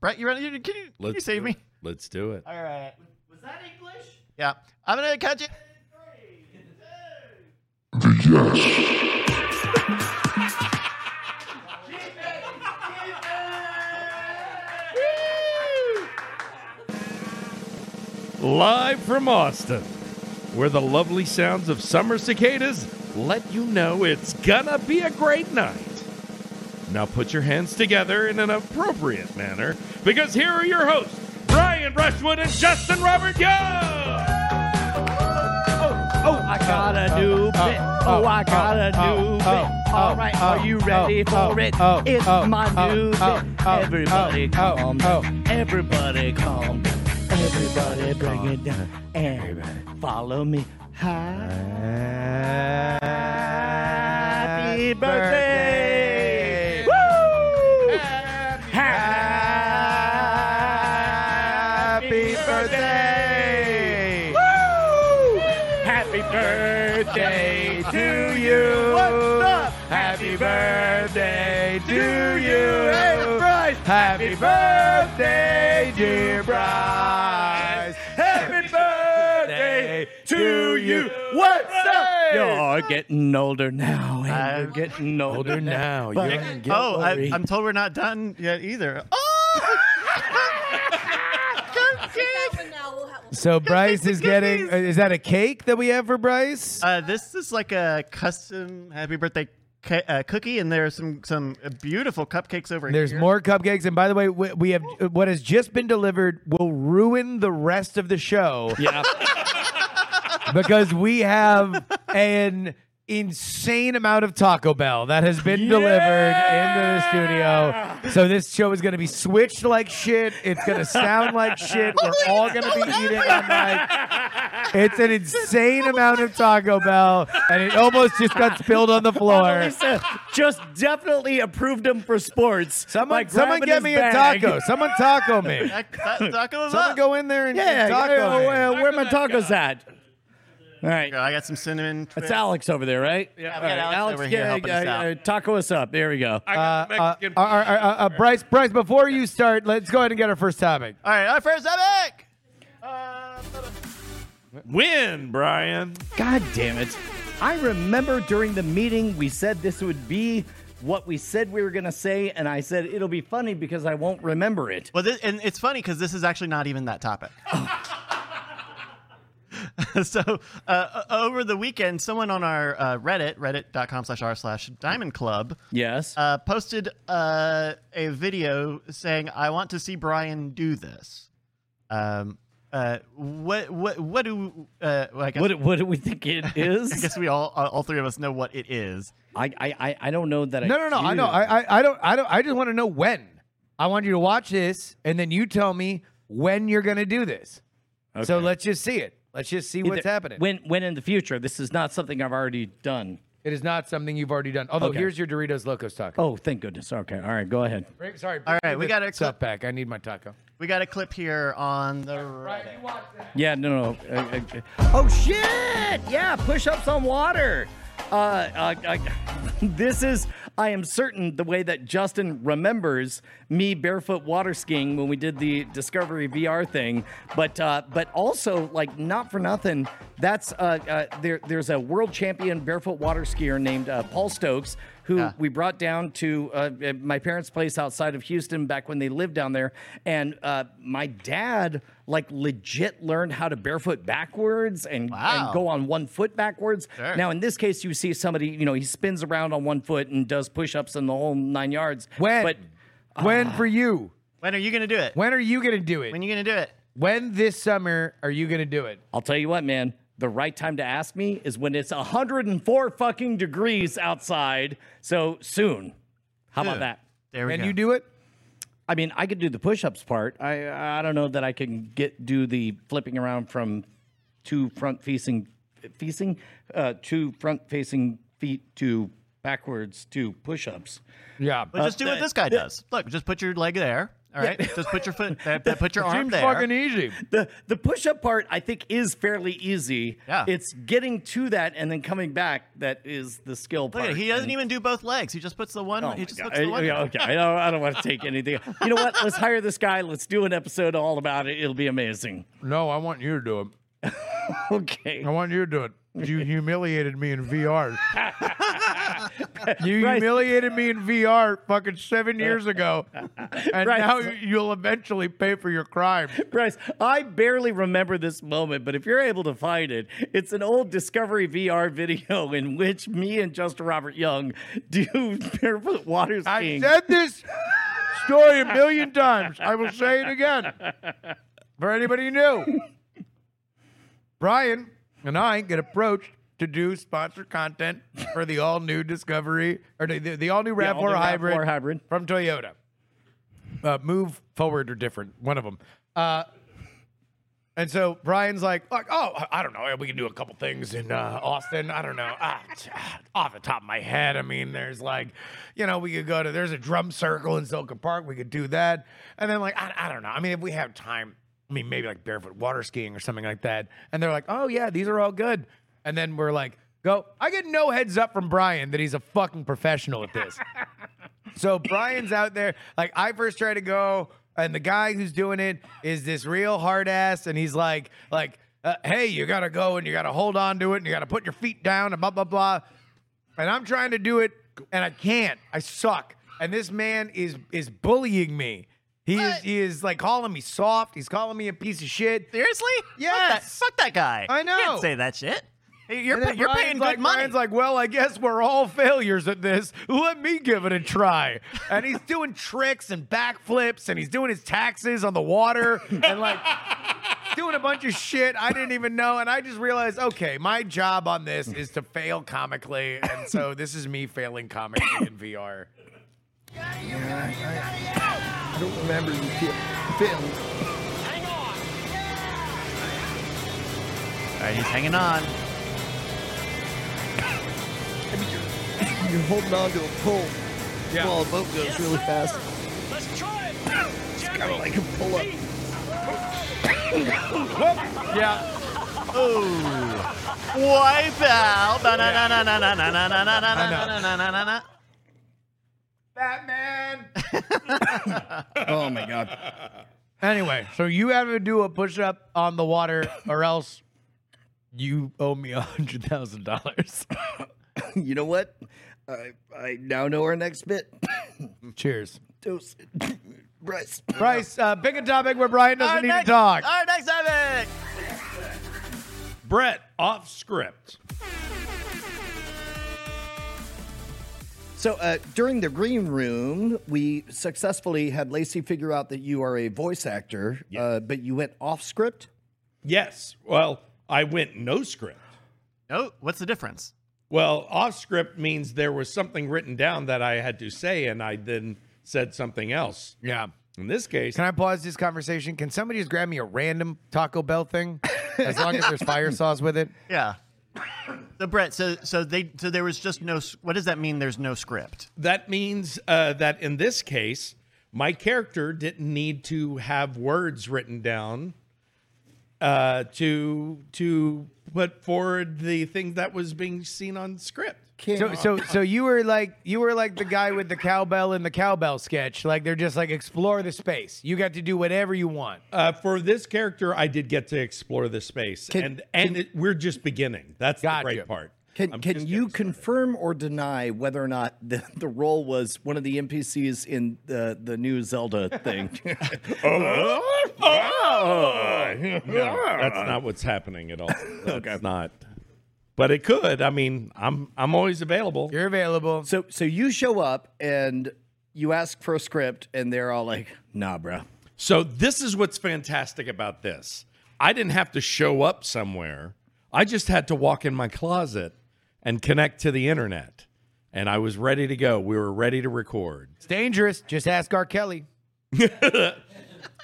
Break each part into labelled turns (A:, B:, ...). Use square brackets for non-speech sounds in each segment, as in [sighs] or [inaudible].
A: Brett, you ready? Can you, can you
B: Let's
A: save
B: do
A: me?
B: it. Let's do it.
A: All right.
C: Was that English?
A: Yeah. I'm going to catch it.
C: Three, two.
B: Live from Austin, where the lovely sounds of summer cicadas let you know it's gonna be a great night. Now put your hands together in an appropriate manner because here are your hosts, Brian Brushwood and Justin Robert Young.
D: Oh, I got a new bit. Oh, I got a new bit. All right, are you ready for it? It's my new bit. Everybody calm. Everybody calm. oh. Everybody bring it down. And follow me. Happy birthday. Woo! Happy birthday. Woo! Happy birthday to you. What's up? Happy birthday to you. Hey, Bryce. Happy birthday, dear Bryce. Happy birthday to you. What's up? You're getting older now, and
A: I'm
D: you're getting older, now. But don't
A: Oh, I,
D: worry.
A: I'm told we're not done yet either. Oh! Cupcake!
E: now we'll have.
F: So Bryce
A: the
F: is getting.
A: cookies.
F: Is that a cake that we have for Bryce?
A: Uh, this is like a custom happy birthday ca- uh, cookie, and there are some some beautiful cupcakes over
F: There's
A: here.
F: more cupcakes, and by the way, we, we have what has just been delivered will ruin the rest of the show
D: Yeah.
F: [laughs] because we have an insane amount of Taco Bell that has been delivered into the studio. So this show is going to be switched like shit. It's going to sound like shit. We're all going to be eating. on like, it's an insane amount of Taco Bell, and it almost just got spilled on the floor.
D: Lisa just definitely approved him for sports.
F: Someone,
D: by
F: someone
D: grabbing
F: get
D: his
F: me
D: bag.
F: a taco. Someone taco [laughs] me.
A: That, [laughs] that taco is
F: Someone
A: up.
F: go in there
D: [laughs]
F: and,
D: Yeah,
F: and taco
D: yeah,
F: me.
D: where- where my tacos at? All right.
A: I got some cinnamon.
D: That's
A: twi-
D: Alex over there, right? Yeah,
A: we got Alex over here helping us out.
D: taco us up. There we go.
B: I
F: Uh,
B: got
F: uh, uh, uh, uh, uh, Bryce, Bryce, before you start, let's go ahead and get our first topic.
A: All right, our first topic.
B: Win, Brian.
D: God damn it. I remember during the meeting we said this would be what we said we were going to say, and I said it'll be funny because I won't remember it.
A: Well, this, and it's funny because this is actually not even that topic. [laughs] so uh, o- over the weekend, someone on our uh, Reddit, reddit.com slash r slash diamond club,
D: Yes.
A: uh, posted uh, a video saying, I want to see Brian do this. Um, uh, what, what, what do, uh, well, I guess,
D: what, what do we think it
A: I
D: is?
A: guess we all, all all three of us know what it is.
D: I, I, I, I don't know that I.
F: No, no, no. I know.
D: do.
F: I, I, I don't. I don't. I just want to know when. I want you to watch this, and then you tell me when you're going to do this. So
D: Okay.
F: let's just see it. Let's just see what's
D: Either-
F: happening.
D: When, when in the future? This is not something I've already done.
F: it is not something you've already done. Although
D: Okay.
F: here's your Doritos Locos taco.
D: Oh, thank goodness. Okay. All right. Go ahead.
F: Bring- sorry.
A: All right,
F: bring
A: we
F: the
A: got a
F: stuff back. I need my taco.
A: We got a clip here on the Reddit.
D: Yeah, no, no. Uh, uh, uh, oh shit! Yeah, push ups on water. Uh, uh, uh, [laughs] this is, I am certain, the way that Justin remembers me barefoot water skiing when we did the Discovery VR thing. But uh, but also, like, not for nothing, that's uh, uh, there. There's a world champion barefoot water skier named uh, Paul Stokes who
A: Yeah.
D: we brought down to uh, at my parents' place outside of Houston back when they lived down there. And uh, my dad, like, legit learned how to barefoot backwards and,
A: Wow.
D: and go on one foot backwards.
A: Sure.
D: Now, in this case, you see somebody, you know, he spins around on one foot and does push ups and the whole nine yards.
F: When?
D: But
F: when for you?
A: When are you going to do it?
F: Ah. When are you going to do it?
A: When are you going to do it?
F: when this summer are you going to do it?
D: I'll tell you what, man. The right time to ask me is when it's 104 fucking degrees outside. So soon. How about that?
A: There we
F: When
A: go.
F: you do it?
D: I mean, I could do the push-ups part. I I don't know that I can get do the flipping around from two front facing facing uh, two front facing feet to backwards to push-ups.
F: Yeah.
A: But just do what this guy does. Look, just put your leg there All right, just put your foot, uh, put your arm
B: Seems
A: there.
B: fucking easy.
D: The the push up part I think is fairly easy.
A: Yeah.
D: It's getting to that and then coming back that is the skill
A: Look
D: part.
A: at it, he doesn't
D: And-
A: even do both legs. He just puts the one.
D: Oh
A: he
D: my
A: just
D: God.
A: puts the one.
D: I- okay, I don't, I don't want to take anything. You know what? Let's hire this guy. Let's do an episode all about it. It'll be amazing. [laughs]
F: No, I want you to do it.
D: Okay.
F: I want you to do it. You
A: [laughs]
F: humiliated me in VR. you
D: Bryce.
F: humiliated me in VR fucking seven
A: [laughs]
F: years ago. And
D: Bryce.
F: now you- you'll eventually pay for your crime.
D: Bryce, I barely remember this moment, but if you're able to find it, it's an old Discovery VR video [laughs] in which me and Justin Robert Young [laughs] do barefoot water
F: I
D: skiing.
F: said this story a million times. I will say it again. For anybody new, Brian and I get approached to do sponsor content for the all new Discovery or the, the, all new
D: Yeah,
F: RAV4
D: all the
F: hybrid,
D: RAV4 hybrid.
F: from Toyota. Uh, move forward or different, one of them. Uh, and so Brian's like, like, oh, I- I don't know. We can do a couple things in uh, Austin. I don't know. Ah, t- ah, off the top of my head, I mean, there's like, you know, we could go to, there's a drum circle in Silka Park. We could do that. And then, like, I, I don't know. I mean, if we have time, I mean, maybe like barefoot water skiing or something like that. And they're like, oh, yeah, these are all good. And then we're like, go. I get no heads up from Brian that he's a fucking professional at this. So Brian's out there. Like I first try to go, and the guy who's doing it is this real hard ass, and he's like, like, uh, hey, you gotta go and you gotta hold on to it, and you gotta put your feet down, and blah blah blah. And I'm trying to do it, and I can't. I suck. And this man is is bullying me. He is he is like calling me soft. He's calling me a piece of shit.
A: Seriously? Fuck
F: Yes.
A: that, fuck that guy.
F: I
A: You
F: know.
A: can't say that shit. Hey, You're,
F: And
A: pa-
F: then
A: you're
F: Brian's
A: paying
F: like,
A: good money.
F: Brian's like, well, I guess we're all failures at this. Let me give it a try. And he's doing tricks and backflips, and he's doing his taxes on the water,
A: [laughs]
F: and like doing a bunch of shit I didn't even know. And I just realized, okay, my job on this is to fail comically, and so this is me failing comically in VR.
A: All right, he's hanging on.
G: You're holding on to a pole while a boat goes really fast.
C: Let's try
G: [laughs]
C: it.
G: Kind of like a pull up.
A: Oh. Wipe out. Na-na-na-na-na-na-na-na-na-na-na-na-na-na-na-na.
F: [laughs] Batman.
D: oh my god.
F: Anyway, so you have to do a push up on the water, or else you owe me a hundred thousand [laughs] dollars.
G: You know what? I, I now know our next bit. [laughs]
F: Cheers.
G: Toast. [laughs] Bryce.
F: Bryce, uh, pick a topic where Brian doesn't
A: Our
F: need
A: next-
F: to talk.
A: Our next topic.
B: Brett, off script.
G: So uh, during the green room, we successfully had Lacey figure out that you are a voice actor, uh, but you went off script.
B: Yes. Well, I went no script.
A: No, what's the difference?
B: Well, off script means there was something written down that I had to say, and I then said something else.
F: Yeah.
B: In this case,
F: Can I pause this conversation? Can somebody just grab me a random Taco Bell thing? [laughs] As long as there's fire sauce with it.
A: Yeah. So Brett, so so they so there was just no. s- What does that mean? There's no script.
B: that means uh, that in this case, my character didn't need to have words written down uh, to to put forward the thing that was being seen on script.
F: So, so, so you were like, you were like the guy with the cowbell in the cowbell sketch. Like they're just like explore the space. You got to do whatever you want.
B: Uh, for this character, I did get to explore the space, and and it, we're just beginning. That's
F: Gotcha.
B: the great part.
G: Can, can you confirm or deny whether or not the, the role was one of the NPCs in the, the new Zelda
F: [laughs]
G: thing?
B: No, that's not what's happening at all. That's not. But it could. I mean, I'm I'm always available.
F: You're available.
G: so so you show up and you ask for a script, and they're all like, "Nah, bro."
B: So this is what's fantastic about this. I didn't have to show up somewhere. I just had to walk in my closet and connect to the internet. And I was ready to go. We were ready to record.
F: It's dangerous. Just ask R. Kelly.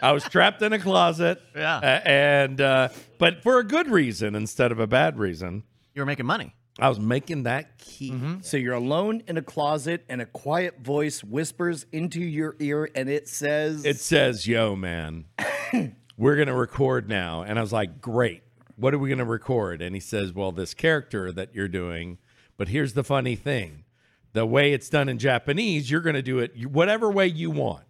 B: I was trapped in a closet.
A: Yeah.
B: uh, and uh, but for a good reason instead of a bad reason.
A: You were making money.
B: I was making that key.
D: So you're alone in a closet, and a quiet voice whispers into your ear, and it says,
B: It says, "Yo, man, we're gonna record now," and I was like, "Great. What are we gonna record?" And he says, "Well, this character that you're doing, but here's the funny thing: the way it's done in Japanese, you're gonna do it whatever way you want."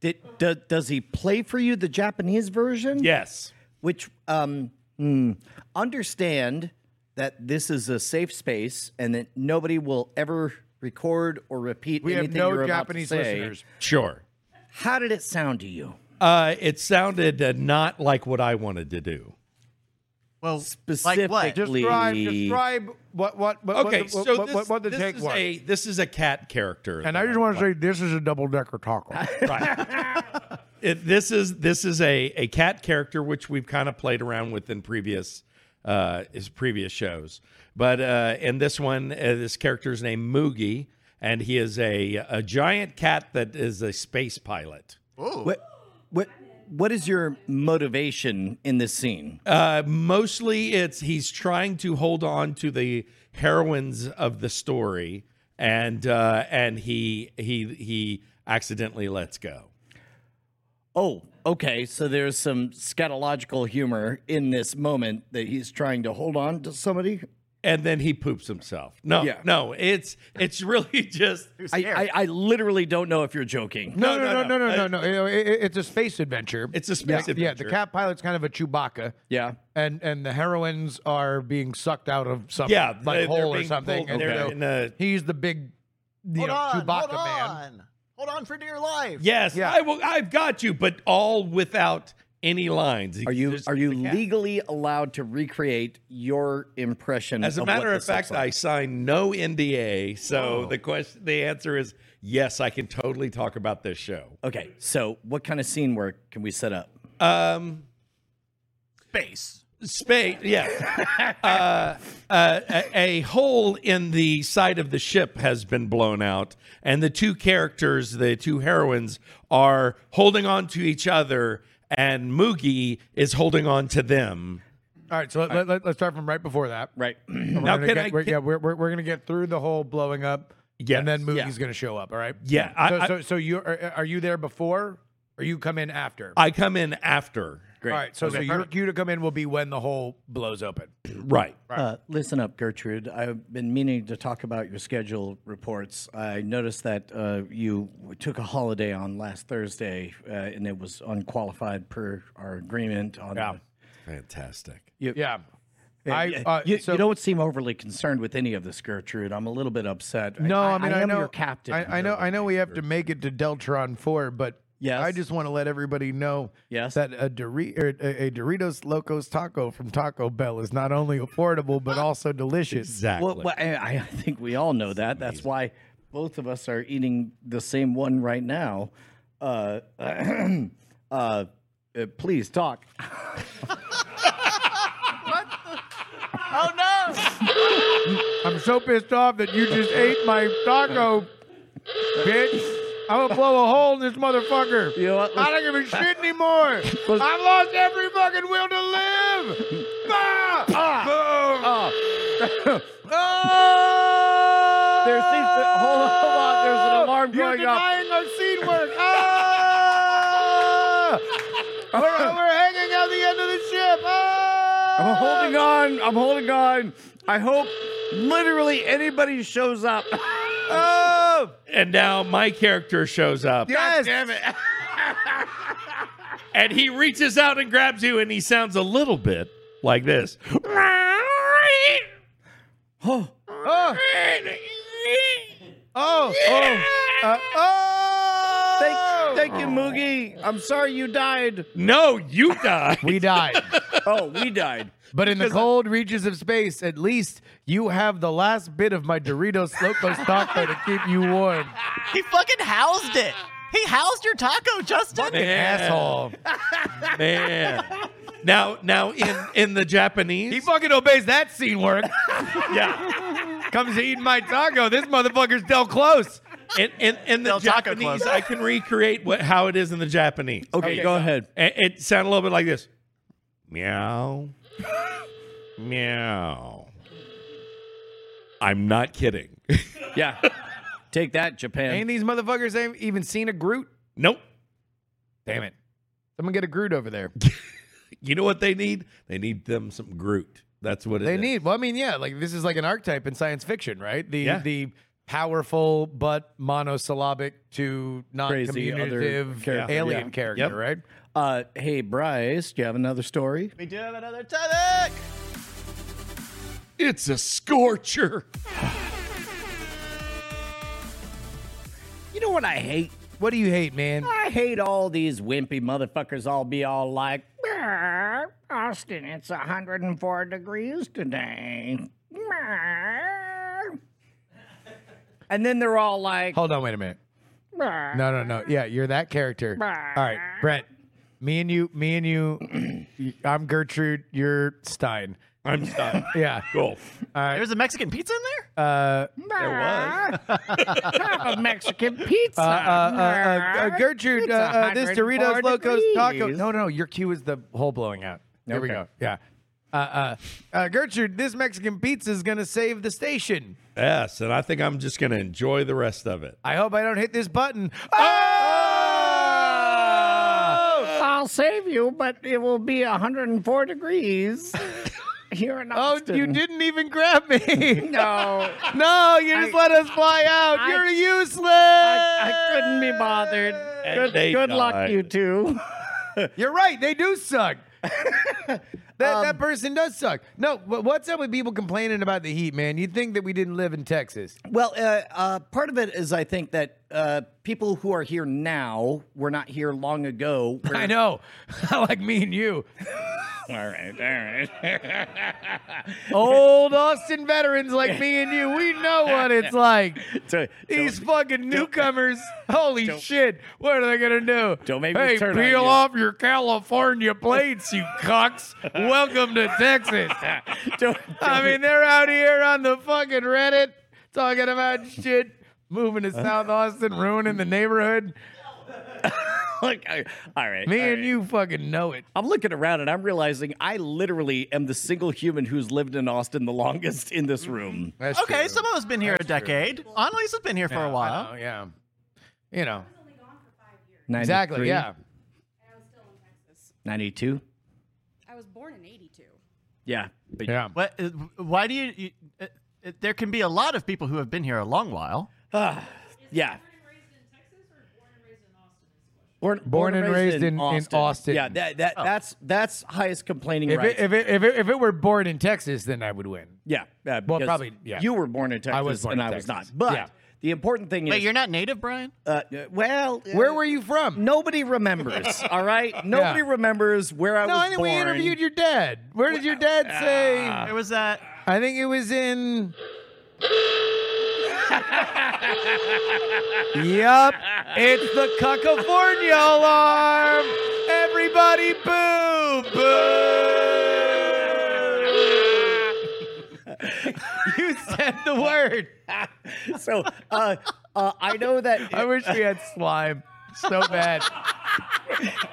D: Did, do, "Does he play for you the Japanese version?"
B: Yes.
D: Which, um, hmm, understand that this is a safe space, and that nobody will ever record or repeat
H: We have
D: anything you're
H: no
D: about to
H: Japanese
D: say.
H: listeners.
B: Sure.
D: How did it sound to you?
B: Uh, it sounded uh, not like what I wanted to do.
A: Well,
D: Specifically,
A: like what?
H: Describe, describe what what what
B: Okay,
H: what, what,
B: so
H: what,
B: this,
H: what, what the
B: this
H: take
B: is
H: was.
B: a this is a cat character, that
F: And I just
B: I'm
F: want to
B: playing.
F: say this is a double decker
B: [laughs]
F: taco.
B: it, this is this is a a cat character which we've kind of played around with in previous uh his previous shows but uh in this one uh, this character is named moogie and he is a a giant cat that is a space pilot
D: What, what, what is your motivation in this scene?
B: uh mostly it's he's trying to hold on to the heroines of the story and uh and he he he accidentally lets go
D: Oh, okay. So there's some scatological humor in this moment that he's trying to hold on to somebody.
B: and then he poops himself no
D: Yeah.
B: no it's it's [laughs] really just
D: I, I, I literally don't know if you're joking.
F: No, no,
B: no,
F: no,
B: no,
F: no, no, no, no. You know, it- it- It's a space adventure.
B: It's a space
F: yeah, Yeah, the
B: adventure.
F: cat pilot's kind of a Chewbacca.
D: Yeah.
F: And and the heroines are being sucked out of some
B: Yeah,
F: like
B: they- they're
F: hole or
B: being
F: something.
B: pulled-
F: and
B: they're
F: so
B: in a-
F: he's the big you
A: Hold
F: know,
A: on,
F: Chewbacca
A: hold
F: man.
A: on, hold on for dear life.
B: Yes,
F: Yeah.
B: I will. I've got you, but all without any lines.
D: Are you
B: Just
D: are you
B: the cat.
D: legally allowed to recreate your impression?
B: As a
D: of what
B: matter of
D: this looks
B: fact, I
D: like?
B: signed no NDA, so the question, the answer is yes. I can totally talk about this show.
D: okay. So what kind of scene work can we set up?
B: Um,
A: Space.
B: space, yeah. [laughs] uh, uh, a, a hole in the side of the ship has been blown out, and the two characters, the two heroines, are holding on to each other, and Moogie is holding on to them.
F: All right, so let, let, us start from right before that.
D: Right. [clears throat]
F: We're
B: Now,
F: gonna
B: can
F: get,
B: I-
F: we're,
B: can-
F: yeah, we're, we're, we're going to get through the whole blowing up.
B: Yes.
F: And then Moogie's
D: Yeah.
F: going to show up, all right?
B: Yeah, I-
F: So,
B: I-
F: so, so you are, are you there before or you come in after?
B: I come in after,
D: Great.
F: All right, so, so your cue to come in will be when the hole blows open.
B: right?
D: Uh, listen up, Gertrude. I've been meaning to talk about your schedule reports. I noticed that uh, you took a holiday on last Thursday, uh, and it was unqualified per our agreement. On Uh,
F: Yeah.
D: the-
B: Fantastic.
F: Yeah. I, uh,
D: you,
F: so-
D: you don't seem overly concerned with any of this, Gertrude. I'm a little bit upset.
F: No, I, mean I,
D: am
F: know
D: your captain.
F: I, I know I know we have to make it to Deltron Four, but
D: Yes.
F: I just want to let everybody know
D: Yes.
F: that a, Dori- or a, a Doritos Locos Taco from Taco Bell is not only affordable but also delicious.
B: Exactly.
D: Well, well, I, I think we all know that. That's why both of us are eating the same one right now. Uh, [clears throat] uh, uh, please talk.
A: Oh no!
F: I'm so pissed off that you just ate my taco, bitch. I'm gonna blow a hole in this motherfucker.
D: You know what?
F: I don't give a shit anymore. I've lost every fucking will to live. Ah!
D: Ah!
F: [laughs]
D: There seems to, hold on, hold on. There's an alarm
F: You're
D: going off.
F: denying our seed
D: [laughs]
F: work. Ah! we're, we're hanging out the end of the ship. Ah!
D: I'm holding on. I'm holding on. I hope literally anybody shows up. [laughs]
F: Oh!
B: and now my character shows up
F: Yes. Damn it.
B: and he reaches out and grabs you and he sounds a little bit like this.
F: Oh! Oh! Oh! Uh, oh!
D: Thank, thank you, Moogie. I'm sorry you died.
B: No, you die.
F: We [laughs] died.
D: Oh, we died.
F: But in the cold reaches of space, at least you have the last bit of my Doritos [laughs] Locos Taco to keep you warm.
A: He fucking housed it. He housed your taco, Justin.
F: Asshole.
B: Man. Now, now in in the Japanese,
F: He fucking obeys that scene work.
B: yeah,
F: Comes to eat my taco. This motherfucker's del close.
B: in in, in the
A: Del Taco
B: Japanese,
A: Club.
B: I can recreate what how it is in the Japanese.
D: [laughs] Okay, go ahead.
B: It, it sounded a little bit like this. Meow. Meow. I'm not kidding. [laughs]
D: Yeah. [laughs] Take that, Japan.
F: Ain't these motherfuckers ain't even seen a Groot?
B: nope.
F: Damn it. Someone get a Groot over [laughs] there.
B: You know what they need? They need them some Groot. That's what it
F: They
B: is.
F: need. Well, I mean, yeah, like this is like an archetype in science fiction, right? The
B: Yeah.
F: the powerful but monosyllabic to
D: Crazy other
F: non-communicative
D: character,
F: alien
D: yeah.
F: character,
B: Yep.
F: right?
D: Uh, hey, Bryce, do you have another story?
A: We do have another topic.
B: It's a scorcher.
D: You know what I hate?
F: What do you hate, man?
D: I hate all these wimpy motherfuckers all be all like, "Brr, Austin, it's 104 degrees today. Brr." And then they're all like,
F: Hold on, wait a minute. No, no, no. Yeah, you're that character. All right, Brent. Me and you, me and you. [clears throat] I'm Gertrude. You're Stein.
B: I'm stuck.
F: Yeah.
B: [laughs] Cool.
A: There's a Mexican pizza in there?
D: "Have a Mexican pizza.
F: Uh, uh, uh, uh, Gertrude,
D: It's
F: uh, uh, this
D: 104
F: Doritos Locos Taco.
D: degrees.
F: No, no, your cue is the hole blowing out. There we
D: Okay.
F: go. Yeah. Uh, uh, uh, Gertrude, this Mexican pizza is going to save the station.
B: yes, and I think I'm just going to enjoy the rest of it.
F: I hope I don't hit this button. Oh!
D: I'll save you, but it will be 104
F: [laughs]
D: degrees here in
F: Oh,
D: Austin.
F: you didn't even grab me.
D: [laughs] No,
F: no, you just
D: I-
F: let us fly out.
D: I-
F: You're useless.
D: I couldn't be bothered.
B: And
D: Good,
B: they
D: good luck,
B: died.
D: you two.
F: You're right. They
D: [laughs]
F: do suck. that,
D: Um,
F: that person does suck. No, wh- what's up with people complaining about the heat, man? You'd think that we didn't live in Texas.
G: Well, uh, uh, part of it is I think that uh, people who are here now were not here
F: [laughs]
G: long ago. where-
F: I know. like me and you.
D: All right, all right. [laughs]
F: Old Austin veterans like me and you, we know
D: [laughs]
F: what it's like.
D: So,
F: These fucking newcomers, holy
D: don't-
F: shit, what are they gonna do?
D: Don't make me
F: hey,
D: turn on
F: peel
D: you.
F: off your California
D: [laughs]
F: plates, you cocks. Welcome to Texas.
D: don't,
F: I mean, they're out here on the fucking Reddit talking about shit, moving to South Austin, ruining the neighborhood.
D: look, I- all right.
F: Me
D: all
F: and
D: right.
F: you fucking know it.
D: I'm looking around and I'm realizing I literally am the single human who's lived in Austin the longest in this room.
F: Mm-hmm.
A: Okay, some of us been here a decade. Annalise has been here for a while.
F: yeah. You know,
D: 93,
F: exactly. Yeah.
E: And I was still in Texas.
D: 92.
E: I was born in 82.
D: Yeah. But
F: Yeah.
A: What? uh, Why do you? you uh, uh, there can be a lot of people who have been here a long while.
D: yeah.
G: born,
F: Born and raised in- in Austin. Oh.
D: Yeah, that, that that's that's highest complaining
F: If,
D: right.
F: it, if, it, if, it, if it were born in Texas, then I would win.
D: yeah, yeah,
F: Well,
D: because
F: probably, yeah.
D: You were born in Texas,
F: was born
D: and
F: in
D: I was not.
F: Texas.
D: But
F: Yeah.
D: the important thing
A: Wait,
D: is,
A: you're not native, Brian?
D: uh, well,
F: Where
D: uh,
F: were you from?
D: Nobody
F: [laughs]
D: remembers. all right, nobody remembers where I
F: No,
D: was
F: I think
D: born. ah.
F: we interviewed your dad. Where did your dad say?
A: There was that.
F: I think it was in. yep, it's the California alarm. Everybody, boo, [laughs] boo. you said the word.
D: so uh, uh, I know that
F: I wish we had slime so [laughs] bad.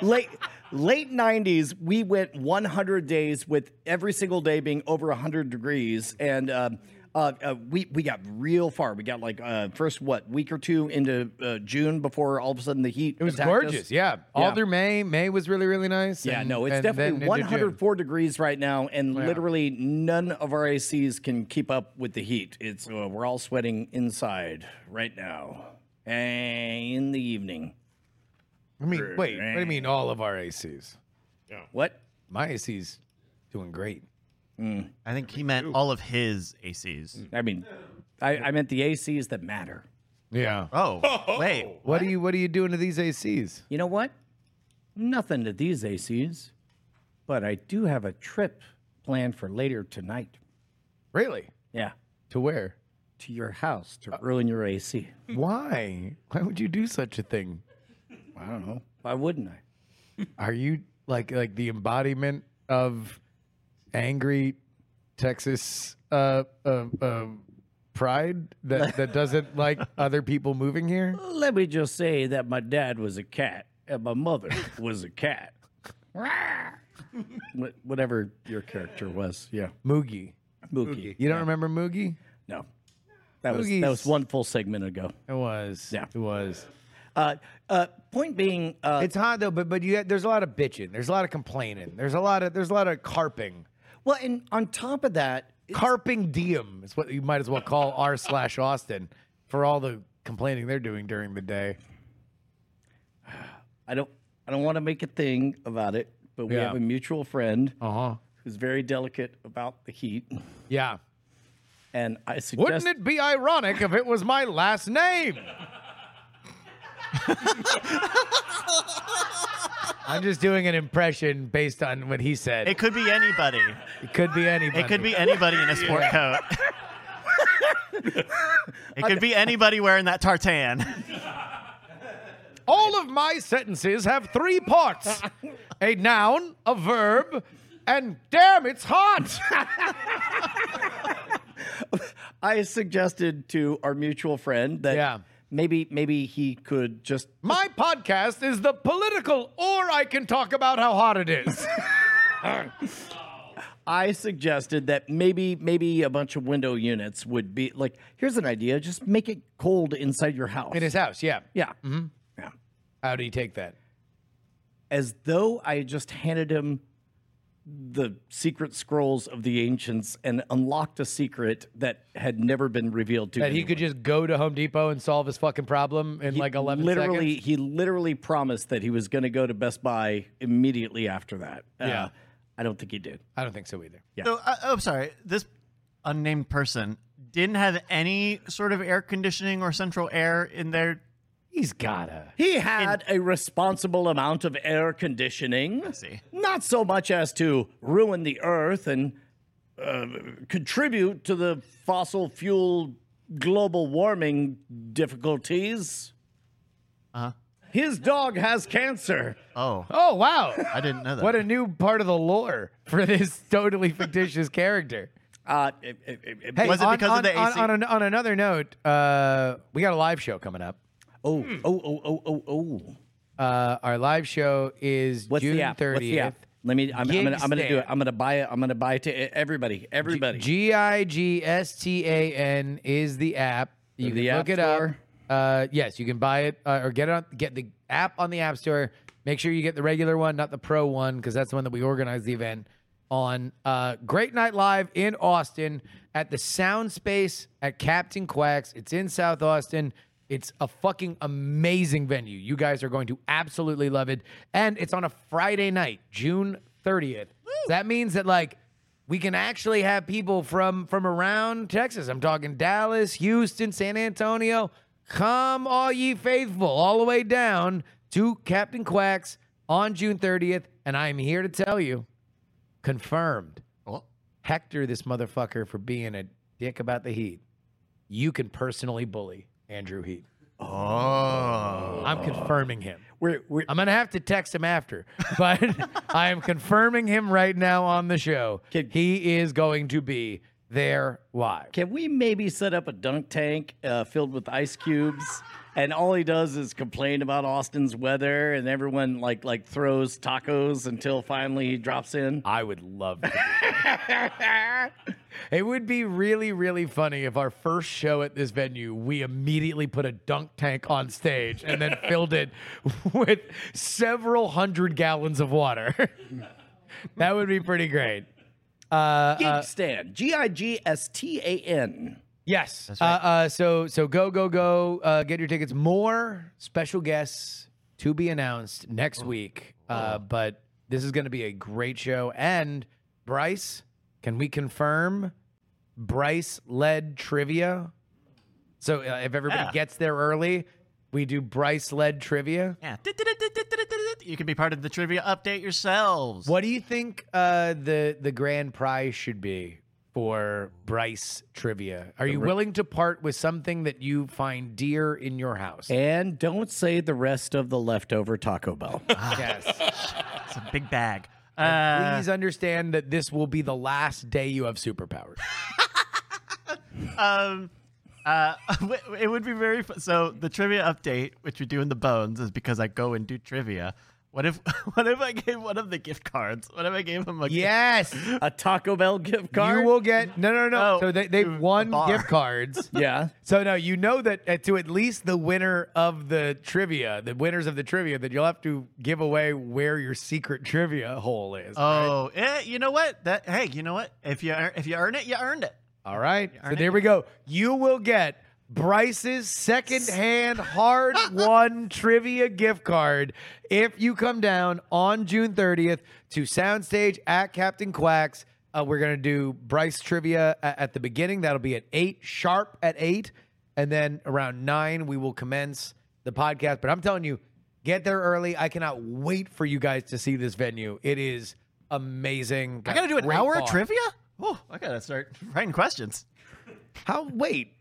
D: late late 90s we went 100 days with every single day being over 100 degrees and um, uh, uh, we we got real far. We got like uh, first what week or two into uh, June before all of a sudden the heat.
F: [laughs] It was gorgeous. Yeah. all
D: Yeah.
F: through May. May was really, really nice.
D: Yeah,
F: and-
D: no, it's
F: and then
D: definitely
F: into June.
D: 104 degrees right now, and literally none of our ACs can keep up with the heat. It's uh, we're all sweating inside right now, and in the evening.
F: I mean, wait. What do you mean all of our ACs?
D: What?
F: My AC's doing great.
A: I think he meant all of his
F: Mm.
A: ACs.
D: I mean, I, I meant the ACs that matter.
F: Yeah. [laughs]
A: Oh, wait.
F: What are you What are you doing to these ACs?
D: You know what? Nothing to these ACs, but I do have a trip planned for later tonight.
F: Really?
D: Yeah,
F: To where?
D: to your house
F: Uh,
D: to ruin your AC.
F: Why? Why would you do such a thing?
D: I don't know. Why wouldn't I?
F: Are you like like the embodiment of angry Texas uh, uh, uh, pride that that doesn't [laughs] like other people moving here?
D: Let me just say that my dad was a cat and my
F: [laughs]
D: mother was a cat. Wha- Whatever your character was, yeah.
F: Moogie.
D: Mookie.
F: You don't remember Moogie?
D: No. That was that
F: Boogies.
D: was one full segment ago.
F: It was.
D: Yeah.
F: It was.
D: Uh, uh, point being, uh,
F: It's hot though, but but you there's a lot of bitching. There's a lot of complaining. There's a lot of there's a lot of carping.
D: well, and on top of that, it's-
F: Carping diem is what you might as well call r slash Austin for all the complaining they're doing during the day.
D: I don't I don't want to make a thing about it, but we
F: Yeah.
D: have a mutual friend
F: Uh huh.
D: who's very delicate about the heat,
F: Yeah.
D: and I suggest
F: Wouldn't it be ironic if it was my last [laughs] name? I'm just doing an impression based on what he said.
A: It
F: It,
A: could be anybody.
F: could be anybody.
A: It could be anybody in a sport coat. It could be anybody wearing that tartan.
F: All of my sentences have three parts
A: [laughs]
F: a noun, a verb, and damn, it's
A: [laughs]
F: hot.
D: I suggested to our mutual friend that
F: Yeah.
D: maybe maybe he could just
F: my podcast is the political, or I can talk about how hot it
A: [laughs]
F: is.
D: I suggested that maybe maybe a bunch of window units would be like here's an idea just make it cold inside your house.
F: In his house, yeah.
D: yeah.
F: Mm-hmm.
D: Yeah.
F: How do you take that?
D: As though I had just handed him the secret scrolls of the ancients and unlocked a secret that had never been revealed to
F: That he
D: anyone.
F: could just go to Home Depot and solve his fucking problem in
D: He
F: like 11
D: literally
F: seconds?
D: he literally promised that he was going to go to Best Buy immediately after that. Uh,
F: Yeah.
D: I don't think he did.
F: I don't think so either.
A: So I, I'm sorry. This unnamed person didn't have any sort of air conditioning or central air in their
F: He's gotta.
D: He had a responsible amount of air conditioning.
A: see.
D: Not so much as to ruin the earth and uh, contribute to the fossil fuel global warming difficulties.
A: Uh-huh.
D: His dog has cancer.
A: Oh,
F: Oh, wow.
A: I didn't know that.
F: What a new part of the lore for this [laughs] totally fictitious character.
D: Uh, it- it- it-
F: Hey,
A: Was it
F: on,
A: because of
F: on,
A: the
F: on-
A: AC?
F: On, an- on another note, uh, we got a live show coming up.
D: oh,
F: Hmm.
D: oh, oh, oh, oh, oh.
F: Uh, our live show is
D: What's
F: June
D: the app? What's the
F: thirtieth.
D: app? Let me. I'm, I'm
F: Gig
D: gonna. I'm gonna do it.
F: stand.
D: I'm gonna buy it. I'm gonna buy it to e- everybody. Everybody.
F: G I G S T A N is the app.
D: Go
F: You
D: to the
F: can
D: App
F: look it
D: Store.
F: up. Uh, yes, you can buy it uh, or get it on, get the app on the App Store. Make sure you get the regular one, not the Pro one, because that's the one that we organized the event on. Uh, Great Night Live in Austin at the Sound Space at Captain Quacks. It's in South Austin. It's a fucking amazing venue. You guys are going to absolutely love it. And it's on a Friday night, June 30th. That means that, like, we can actually have people from from around Texas. I'm talking Dallas, Houston, San Antonio. Come, all ye faithful, all the way down to Captain Quacks on June 30th, and I'm here to tell you, confirmed.
A: Oh.
F: Hector, this motherfucker, for being a dick about the heat. You can personally bully Andrew Heat. Oh, I'm confirming him.
D: We're, we're,
F: I'm gonna have to text him after, but [laughs] I am confirming him right now on the show.
D: Kid-
F: He is going to be there live.
D: Can we maybe set up a dunk tank uh, filled with ice cubes? And all he does is complain about Austin's weather, and everyone like like throws tacos until finally he drops in.
F: I would love to. do that. [laughs] it would be really, really funny if our first show at this venue, we immediately put a dunk tank on stage and then filled it [laughs] with several hundred gallons of water. [laughs] that would be pretty great. uh,
D: Gig stand, G I G S T A N.
F: Yes. uh, uh, so so go go go. Uh, get your tickets. More special guests to be announced next week. Uh, but this is going to be a great show. And Bryce, can we confirm Bryce led trivia? So uh, if everybody
A: Yeah.
F: gets there early, we do Bryce led trivia.
A: Yeah. You can be part of the trivia update yourselves.
F: What do you think uh, the the grand prize should be for Bryce trivia? Are you willing to part with something that you find dear in your house?
D: And don't say the rest of the leftover Taco Bell.
F: [laughs] Uh-huh. yes.
A: It's a big bag. Uh,
F: Please understand that this will be the last day you have superpowers.
A: um, uh, [laughs] it would be very fun. So the trivia update, which we do in the bones, is because I go and do trivia. What if [laughs] what if I gave one of the gift cards? What if I gave him a
F: [laughs] Yes.
D: A Taco Bell gift card?
F: You will get no, no, no.
A: Oh,
F: so they they
A: a
F: won
A: bar.
F: gift cards.
D: yeah.
F: So no, you know that uh, to at least the winner of the trivia, the winners of the trivia, that you'll have to give away where your secret trivia hole is.
A: Oh, eh, you know what? That hey, you know what? If you ear- if you earn it, you earned it.
F: All right. So there we go. You will get Bryce's
A: [laughs]
F: secondhand hard won trivia gift card if you come down on June 30th to Soundstage at Captain Quacks. Uh, we're going to do Bryce trivia a- at the beginning. That'll be at 8 sharp at 8. And then around 9, we will commence the podcast. But I'm telling you, get there early. I cannot wait for you guys to see this venue. It is amazing.
A: I gotta do an
F: Great
A: hour of
F: bar.
A: trivia. Oh, I gotta start [laughs] writing questions.
F: How? Wait.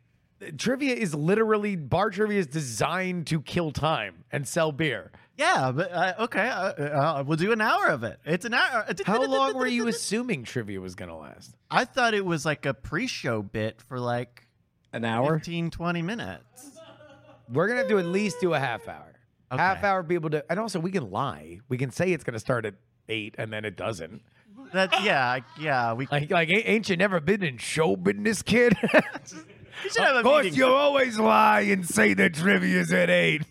F: Trivia is literally bar trivia is designed to kill time and sell beer.
A: Yeah, but uh, okay, uh, uh, we'll do an hour of it. It's an hour. uh, [laughs]
F: How long were you assuming trivia was going to last?
A: I thought it was like a pre-show bit for like
D: An hour?
A: 15, 20 minutes.
F: We're going to have to at least do a half hour.
A: Okay.
F: Half hour people to, and also we can lie. We can say it's going to start at eight and then it doesn't.
A: That yeah, I- yeah. We
F: Like, like ain't ain't you never been in show business, kid? [laughs]
A: we should have a
F: of course,
A: meeting.
F: you always lie and say that trivia's
B: [laughs]
F: at eight.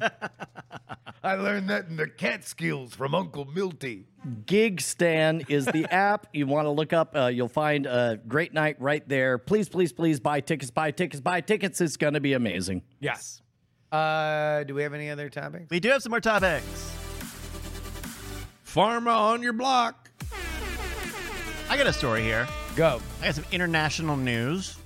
F: I learned that in the Catskills from Uncle Milty.
D: Gig Stan is
F: [laughs]
D: the app you want to look up. Uh, you'll find a great night right there. Please, please, please buy tickets, buy tickets, buy tickets. It's going to be amazing.
F: Yes. Uh, do we have any other topics?
A: We do have some more topics.
B: Pharma on your block.
A: I got a story here.
F: Go.
A: I got some international news.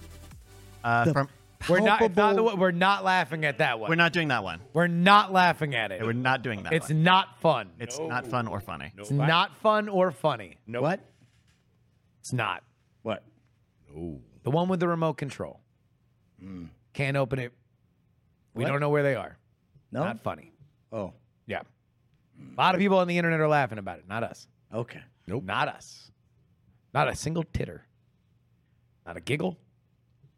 A: Uh, from
F: We're not, it's not the one- we're not laughing at that one.
A: we're not doing that one.
F: We're not laughing at it.
A: We're not doing that.
F: it's
A: one.
F: not fun.
A: it's not fun or funny.
F: It's not fun or funny.
B: No.
D: What?
F: It's not.
D: What?
F: The one with the remote control. Can't open it.
D: Hmm.
F: We
D: What?
F: don't know where they are.
D: No?
F: Not funny.
D: oh,
F: Yeah. A lot of people on the internet are laughing about it. Not us.
D: okay.
F: Nope. Not us. Not a single titter. Not a giggle.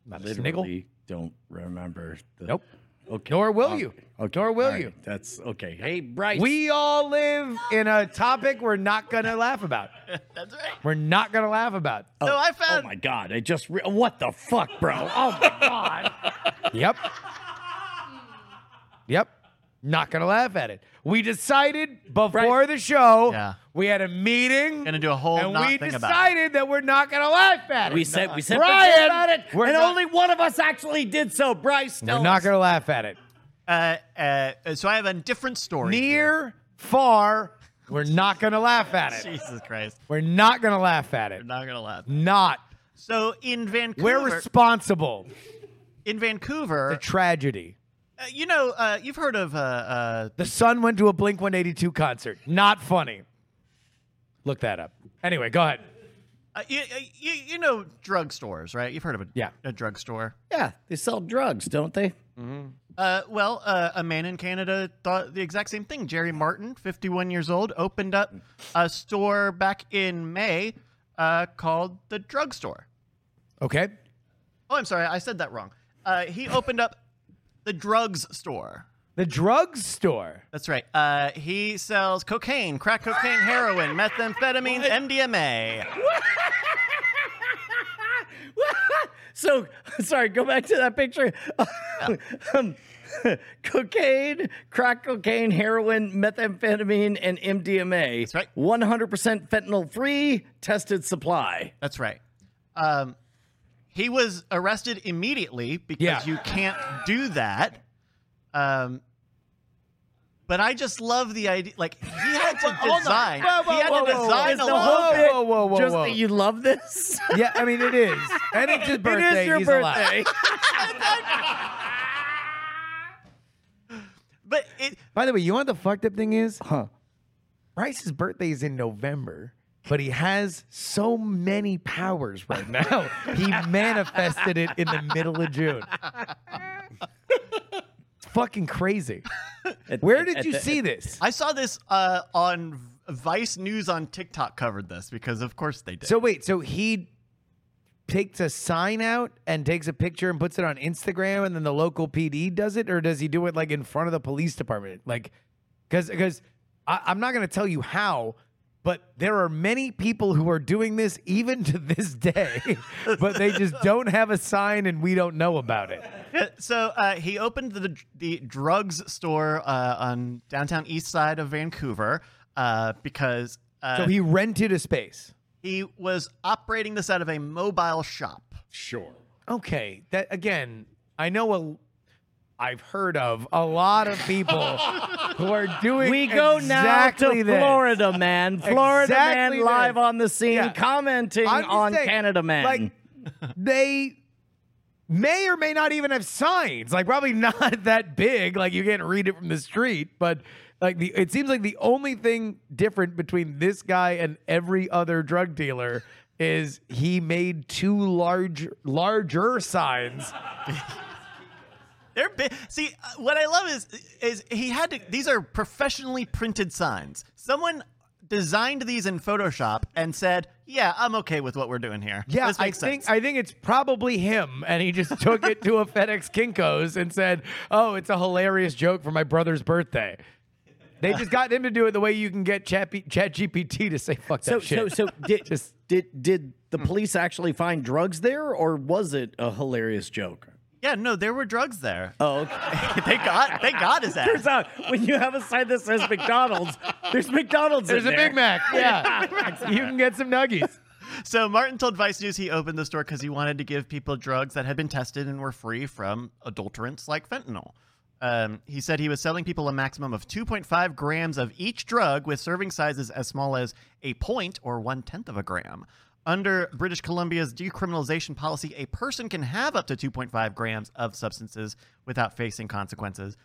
F: Not a sniggle.
D: Literally don't remember. The,
F: Nope.
D: Okay. Oh,
F: Nor will you.
D: Okay.
F: Nor will
D: All right.
F: you.
D: That's okay. Hey, Bryce.
F: We all live in a topic we're not going to laugh about.
A: That's right.
F: We're not going to laugh about.
A: So I
D: oh
A: found
D: my God. I just. Re- what the fuck, bro? Oh my God.
F: Yep. Yep. Not going to laugh at it. We decided before the show,
A: Yeah.
F: we had a meeting.
A: Gonna do a whole
F: And
A: not
F: we
A: thing
F: decided
A: about it.
F: that we're not going to laugh at it.
D: We said we said
F: Brian,
D: forget about it,
F: we're
D: and
F: not-
D: only one of us actually did so. Bryce,
F: We're
D: tell
F: not
D: us.
F: going to laugh at it.
A: Uh, uh, so I have a different story.
F: Near, far, we're not going to laugh at it.
A: Jesus Christ.
F: We're not going to laugh at it.
A: I'm not gonna laugh.
F: Not.
A: So in Vancouver,
F: We're responsible.
A: in
F: The
A: Vancouver,
F: tragedy.
A: uh, you know, uh, you've heard of uh, uh,
F: The son went to a Blink 182 concert. Not funny. Look that up. Anyway, go ahead.
A: uh, you, you, you know drugstores, right? You've heard of a,
F: Yeah.
A: a drugstore.
D: Yeah, they sell drugs, don't they?
A: Uh, well, uh, a man in Canada thought the exact same thing. Jerry Martin, 51 years old, opened up a store back in May uh, called the drugstore.
F: Okay.
A: Oh, I'm sorry, I said that wrong. Uh, he opened up the drugs store.
F: The drugstore.
A: That's right. Uh, he sells cocaine, crack cocaine, heroin, methamphetamines, MDMA.
D: so [laughs] sorry. Go back to that picture. [laughs] um, [laughs] cocaine, crack cocaine, heroin, methamphetamine, and MDMA. That's
A: right.
D: One hundred percent fentanyl free. Tested supply.
A: That's right. Um, he was arrested immediately because
F: Yeah.
A: you can't do that. Um, but I just love the idea. Like he had
F: [laughs]
A: to design.
F: Whoa, whoa,
A: he had
F: whoa,
A: to
F: whoa,
A: design
D: Is the
A: a
F: whoa,
D: whole
A: logo.
D: bit
F: whoa, whoa, whoa,
D: Just
F: whoa.
D: that you love this.
F: [laughs]
D: [laughs]
F: Yeah, I mean it is. And it's his birthday.
D: it is your
F: He's alive. [laughs]
D: birthday.
A: But it,
F: By the way, you know what the fucked up thing is? Huh. Bryce's birthday is in November, but he has so many powers right
D: [laughs]
F: now. he manifested it in the middle of June. it's fucking crazy. Where did you see this?
A: I saw this uh, on Vice News on TikTok covered this because of course they did.
F: So wait, so he takes a sign out and takes a picture and puts it on Instagram and then the local PD does it or does he do it like in front of the police department? Like cuz cuz I, I'm not going to tell you how, but there are many people who are doing this even to this day, [laughs] but they just don't have a sign and we don't know about it.
A: so uh, he opened the the drugs store uh, on downtown east side of Vancouver uh, because uh,
F: So he rented a space.
A: he was operating this out of a mobile shop.
B: Sure.
F: Okay, that again, I know a. I've heard of a lot of people [laughs] who are doing.
D: We go
F: exactly
D: now to
F: this.
D: Florida
F: [laughs]
D: Man. Florida
F: Exactly
D: Man live
F: this.
D: on the scene
F: Yeah.
D: commenting
F: I'm just
D: on
F: saying,
D: Canada Man.
F: Like they may or may not even have signs. Like probably [laughs] not that big. Like you can't read it from the street, but like the it seems like the only thing different between this guy and every other drug dealer is he made two large larger signs.
A: They're big. See, uh, what I love is is he had to. These are professionally printed signs. Someone designed these in Photoshop and said, "Yeah, I'm okay with what we're doing here.
F: Yeah,
A: this
F: I
A: makes sense."
F: think I think it's probably him, and he just took
D: [laughs]
F: it to a FedEx Kinkos and said, "Oh, it's a hilarious joke for my brother's birthday." They just got him to do it the way you can get Chat, Chat GPT to say "fuck
D: so,
F: that shit."
D: so,
F: [laughs]
D: so did,
F: Just- Hmm.
D: did,
G: Did the police actually find drugs there, or was it a hilarious joke?
A: yeah, no, there were drugs there.
G: Oh, okay.
A: [laughs] they got they got
F: [laughs]
A: his ass.
D: turns out when you have a sign that says McDonald's, there's McDonald's.
F: There's
D: in
F: a
D: there.
F: Big Mac.
D: [laughs]
F: Yeah, you can get some nuggies.
A: So Martin told Vice News he opened the store because he wanted to give people drugs that had been tested and were free from adulterants like fentanyl. Um, he said he was selling people a maximum of 2.5 grams of each drug, with serving sizes as small as a point or one tenth of a gram. Under British Columbia's decriminalization policy, a person can have up to 2.5 grams of substances without facing consequences,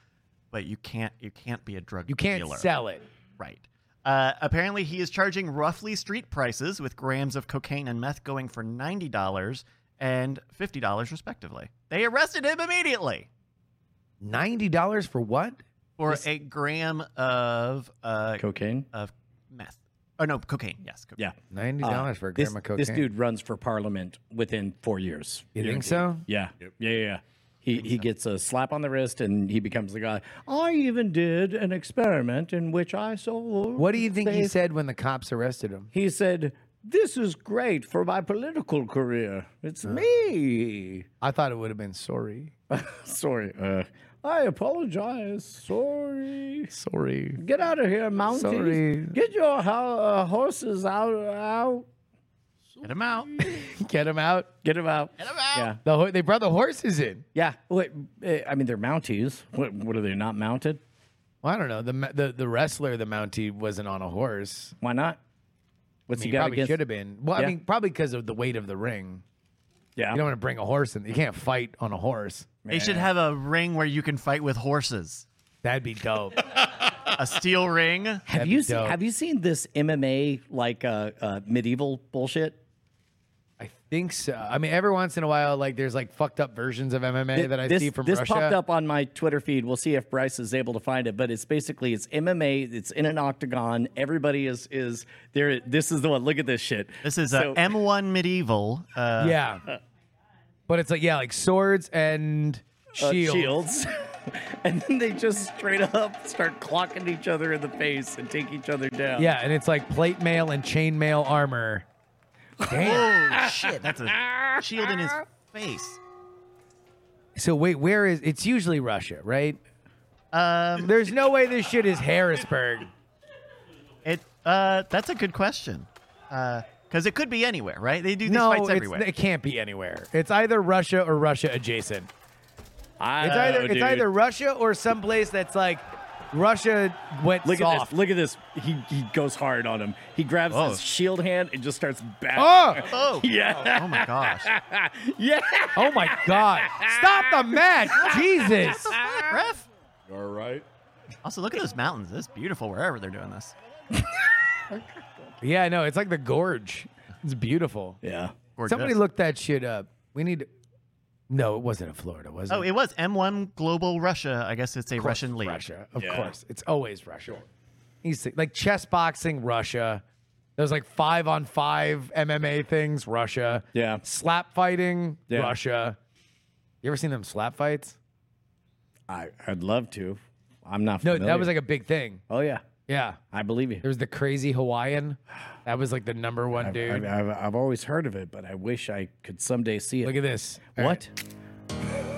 A: but you can't you can't be a drug
F: You can't
A: dealer.
F: sell it.
A: Right. Uh, apparently, he is charging roughly street prices, with grams of cocaine and meth going for ninety dollars and fifty dollars, respectively. They arrested him immediately
F: Ninety dollars for what?
A: for a gram of uh,
D: Cocaine.
A: of meth. Oh no, cocaine. Yes, cocaine.
D: Yeah.
F: Ninety
D: Uh, this, This dude runs for parliament within four years.
F: You think so?
D: Yeah. Yeah. Yeah. yeah. He, he gets a slap on the wrist and he becomes the guy. I even did an experiment in which I saw.
F: What do you think he
D: safe-
F: said when the cops arrested him?
D: He said, This is great for my political career.
F: Uh.
D: It's me. [laughs]
F: I thought it would have been sorry.
D: Sorry. Uh, I apologize. Sorry.
F: Sorry.
D: Get out of here, Mounties.
F: Sorry.
D: Get your ho- uh, horses out, out.
A: Get him out.
F: [laughs] Get him out.
D: Get them out. Get out. Yeah.
F: The ho- they brought the horses in.
D: Yeah. Wait, eh, I mean, they're Mounties. What, what are they, not mounted?
F: Well, I don't know. The ma- the, the wrestler, the Mountie, wasn't on a horse.
D: Why not? What's
F: I mean,
D: he
F: he
D: got
F: probably
D: against?
F: should have been. Well,
D: Yeah.
F: I mean, probably because of the weight of the ring.
D: Yeah.
F: You don't want to bring a horse in. You can't fight on a horse.
A: They should have a ring where you can fight with horses.
F: That'd be
D: [laughs]
F: dope.
A: A steel ring.
D: have
F: That'd
D: you
F: be
D: seen,
F: dope.
D: have you seen this MMA like uh, uh, medieval bullshit?
F: I think so. I mean, every once in a while, like there's like fucked up versions of MMA that I
D: this,
F: see from
D: this
F: Russia.
D: popped up on my Twitter feed. We'll see if Bryce is able to find it, but it's basically it's MMA. It's in an octagon. Everybody is is there. This is the one. Look at this shit.
A: This is a
D: So-
A: M1 medieval. Uh,
D: [laughs]
F: Yeah. But it's like yeah, like swords and
D: uh,
F: shields.
D: shields. [laughs] and then they just straight up start clocking each other in the face and take each other down.
F: Yeah, and it's like plate mail and chain mail armor.
D: [laughs]
F: Damn.
A: Oh shit! That's a shield in his face.
F: so wait, where is? It's usually Russia, right?
A: Um,
F: There's no way this shit is Harrisburg.
A: it. Uh, that's a good question. Because it could be anywhere, right? They do these
F: no,
A: fights
F: it's-
A: everywhere.
F: it can't be anywhere. It's either Russia or Russia adjacent.
D: I
A: Oh,
F: It's
D: don't
F: either
D: know,
F: it's
D: dude.
F: either Russia or someplace that's like Russia went
D: Look at
F: soft.
D: this! Look at this! He he goes hard on him. He grabs
A: Oh.
D: his shield hand and just starts back.
F: Oh,
A: [laughs] Oh,
D: [laughs]
F: [laughs]
D: Yeah.
A: Oh, my gosh.
D: Yeah!
F: oh my God! Stop the
A: [laughs]
F: match, Jesus!
A: Ref.
B: All right.
A: Also, look at those mountains. It's beautiful wherever they're doing this.
F: Yeah, no, it's like the gorge. It's beautiful.
D: Yeah.
A: Gorgeous.
F: Somebody look that shit up. We need. No, it wasn't in Florida, was it?
A: Oh, it was M1 Global Russia. I guess it's a
F: Of course
A: Russian
F: it's
A: league.
F: Russia, of course. It's always Russia. These thi- like chess boxing, Russia. There's like five on five MMA things, Russia.
D: Yeah.
F: Slap fighting,
D: Yeah.
F: Russia. You ever seen them slap fights?
D: I I'd love to. I'm not.
F: No,
D: Familiar.
F: that was like a big thing.
D: Oh yeah.
F: Yeah.
I: I believe you.
F: There was the crazy Hawaiian. That was like the number one
D: I've,
F: dude.
D: I've, I've, I've always heard of it, but I wish I could someday see it.
F: Look at this. All right.
I: What?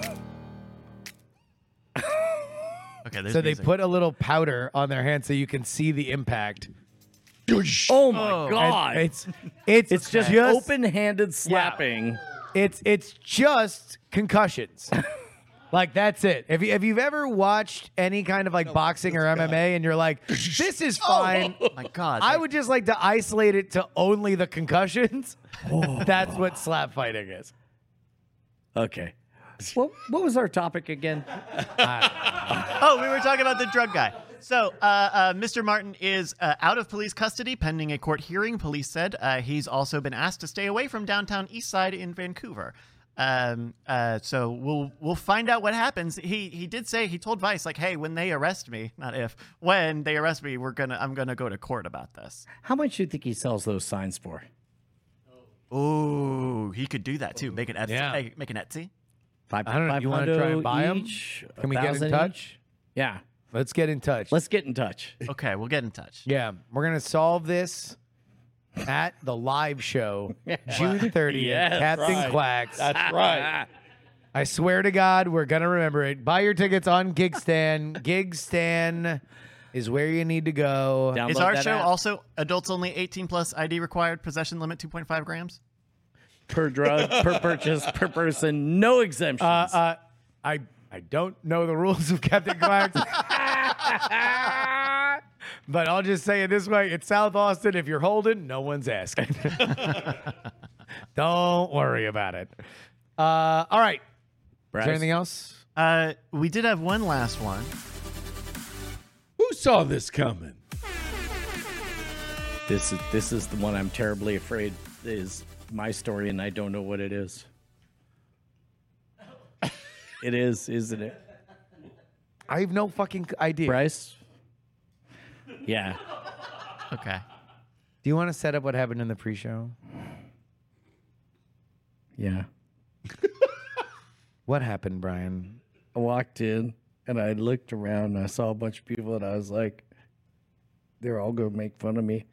A: Okay, there's
F: So they
A: music.
F: put a little powder on their hand so you can see the impact.
I: Oh my
F: And
I: god!
F: It's
J: It's,
I: It's just
J: just
I: open-handed slapping.
J: It's it's just concussions. like that's it. If you, if you've ever watched any kind of like boxing or MMA and you're like, this is fine.
A: My God,
J: I
A: that-
J: would just like to isolate it to only the concussions. [laughs] that's what slap fighting is.
I: Okay. What what was our topic again?
A: Oh, we were talking about the drug guy. So, uh, uh, Mr. Martin is uh, out of police custody pending a court hearing. Police said uh, he's also been asked to stay away from downtown East Side in Vancouver. Um, uh, so we'll we'll find out what happens. He he did say he told Vice like, hey, when they arrest me, [laughs] not if when they arrest me, we're gonna I'm gonna go to court about this.
D: How much do you think he sells those signs for?
A: Ooh, he could do that too. Make an Etsy.
F: Yeah.
A: eh, Make an Etsy.
D: Five,
F: I don't know. You wanna try and buy 'em?
D: each,
F: Can we get in
D: 1,000
F: touch?
D: each? Yeah,
F: Let's get in touch.
I: Let's get in touch.
A: Okay, we'll get in touch.
F: yeah, we're gonna solve this at the live show June 30th.
I: Yes,
F: Cats
I: right.
F: and Quacks. [laughs]
I: right.
F: I swear to God, we're gonna remember it. Buy your tickets on
D: [laughs]
F: Gigstand. Gigstand is where you need to go.
I: Download
A: Is our
I: that
A: show
I: app.
A: also adults only 18 plus ID required possession limit 2.5 grams?
I: per drug, per purchase, per person,
A: [laughs]
I: no exemptions?
F: Uh, uh, I I don't know the rules of
D: [laughs]
F: Captain Quacks. But I'll just say it this way: it's South Austin. If you're holding, no
D: [laughs]
F: one's asking. Don't worry about it. Uh, all right. Is
D: Bryce.
F: there anything else?
A: Uh, we did have one last one.
B: Who saw this coming?
D: This is this is the one I'm terribly afraid is my story, and I don't know what it is. it is, isn't it,
F: I have no fucking idea.
D: Bryce? Yeah,
A: Okay.
F: Do you want to set up what happened in the pre-show?
D: yeah.
F: What happened, Brian?
D: I walked in and I looked around and I saw a bunch of people, and I was like, they're all gonna make fun of me.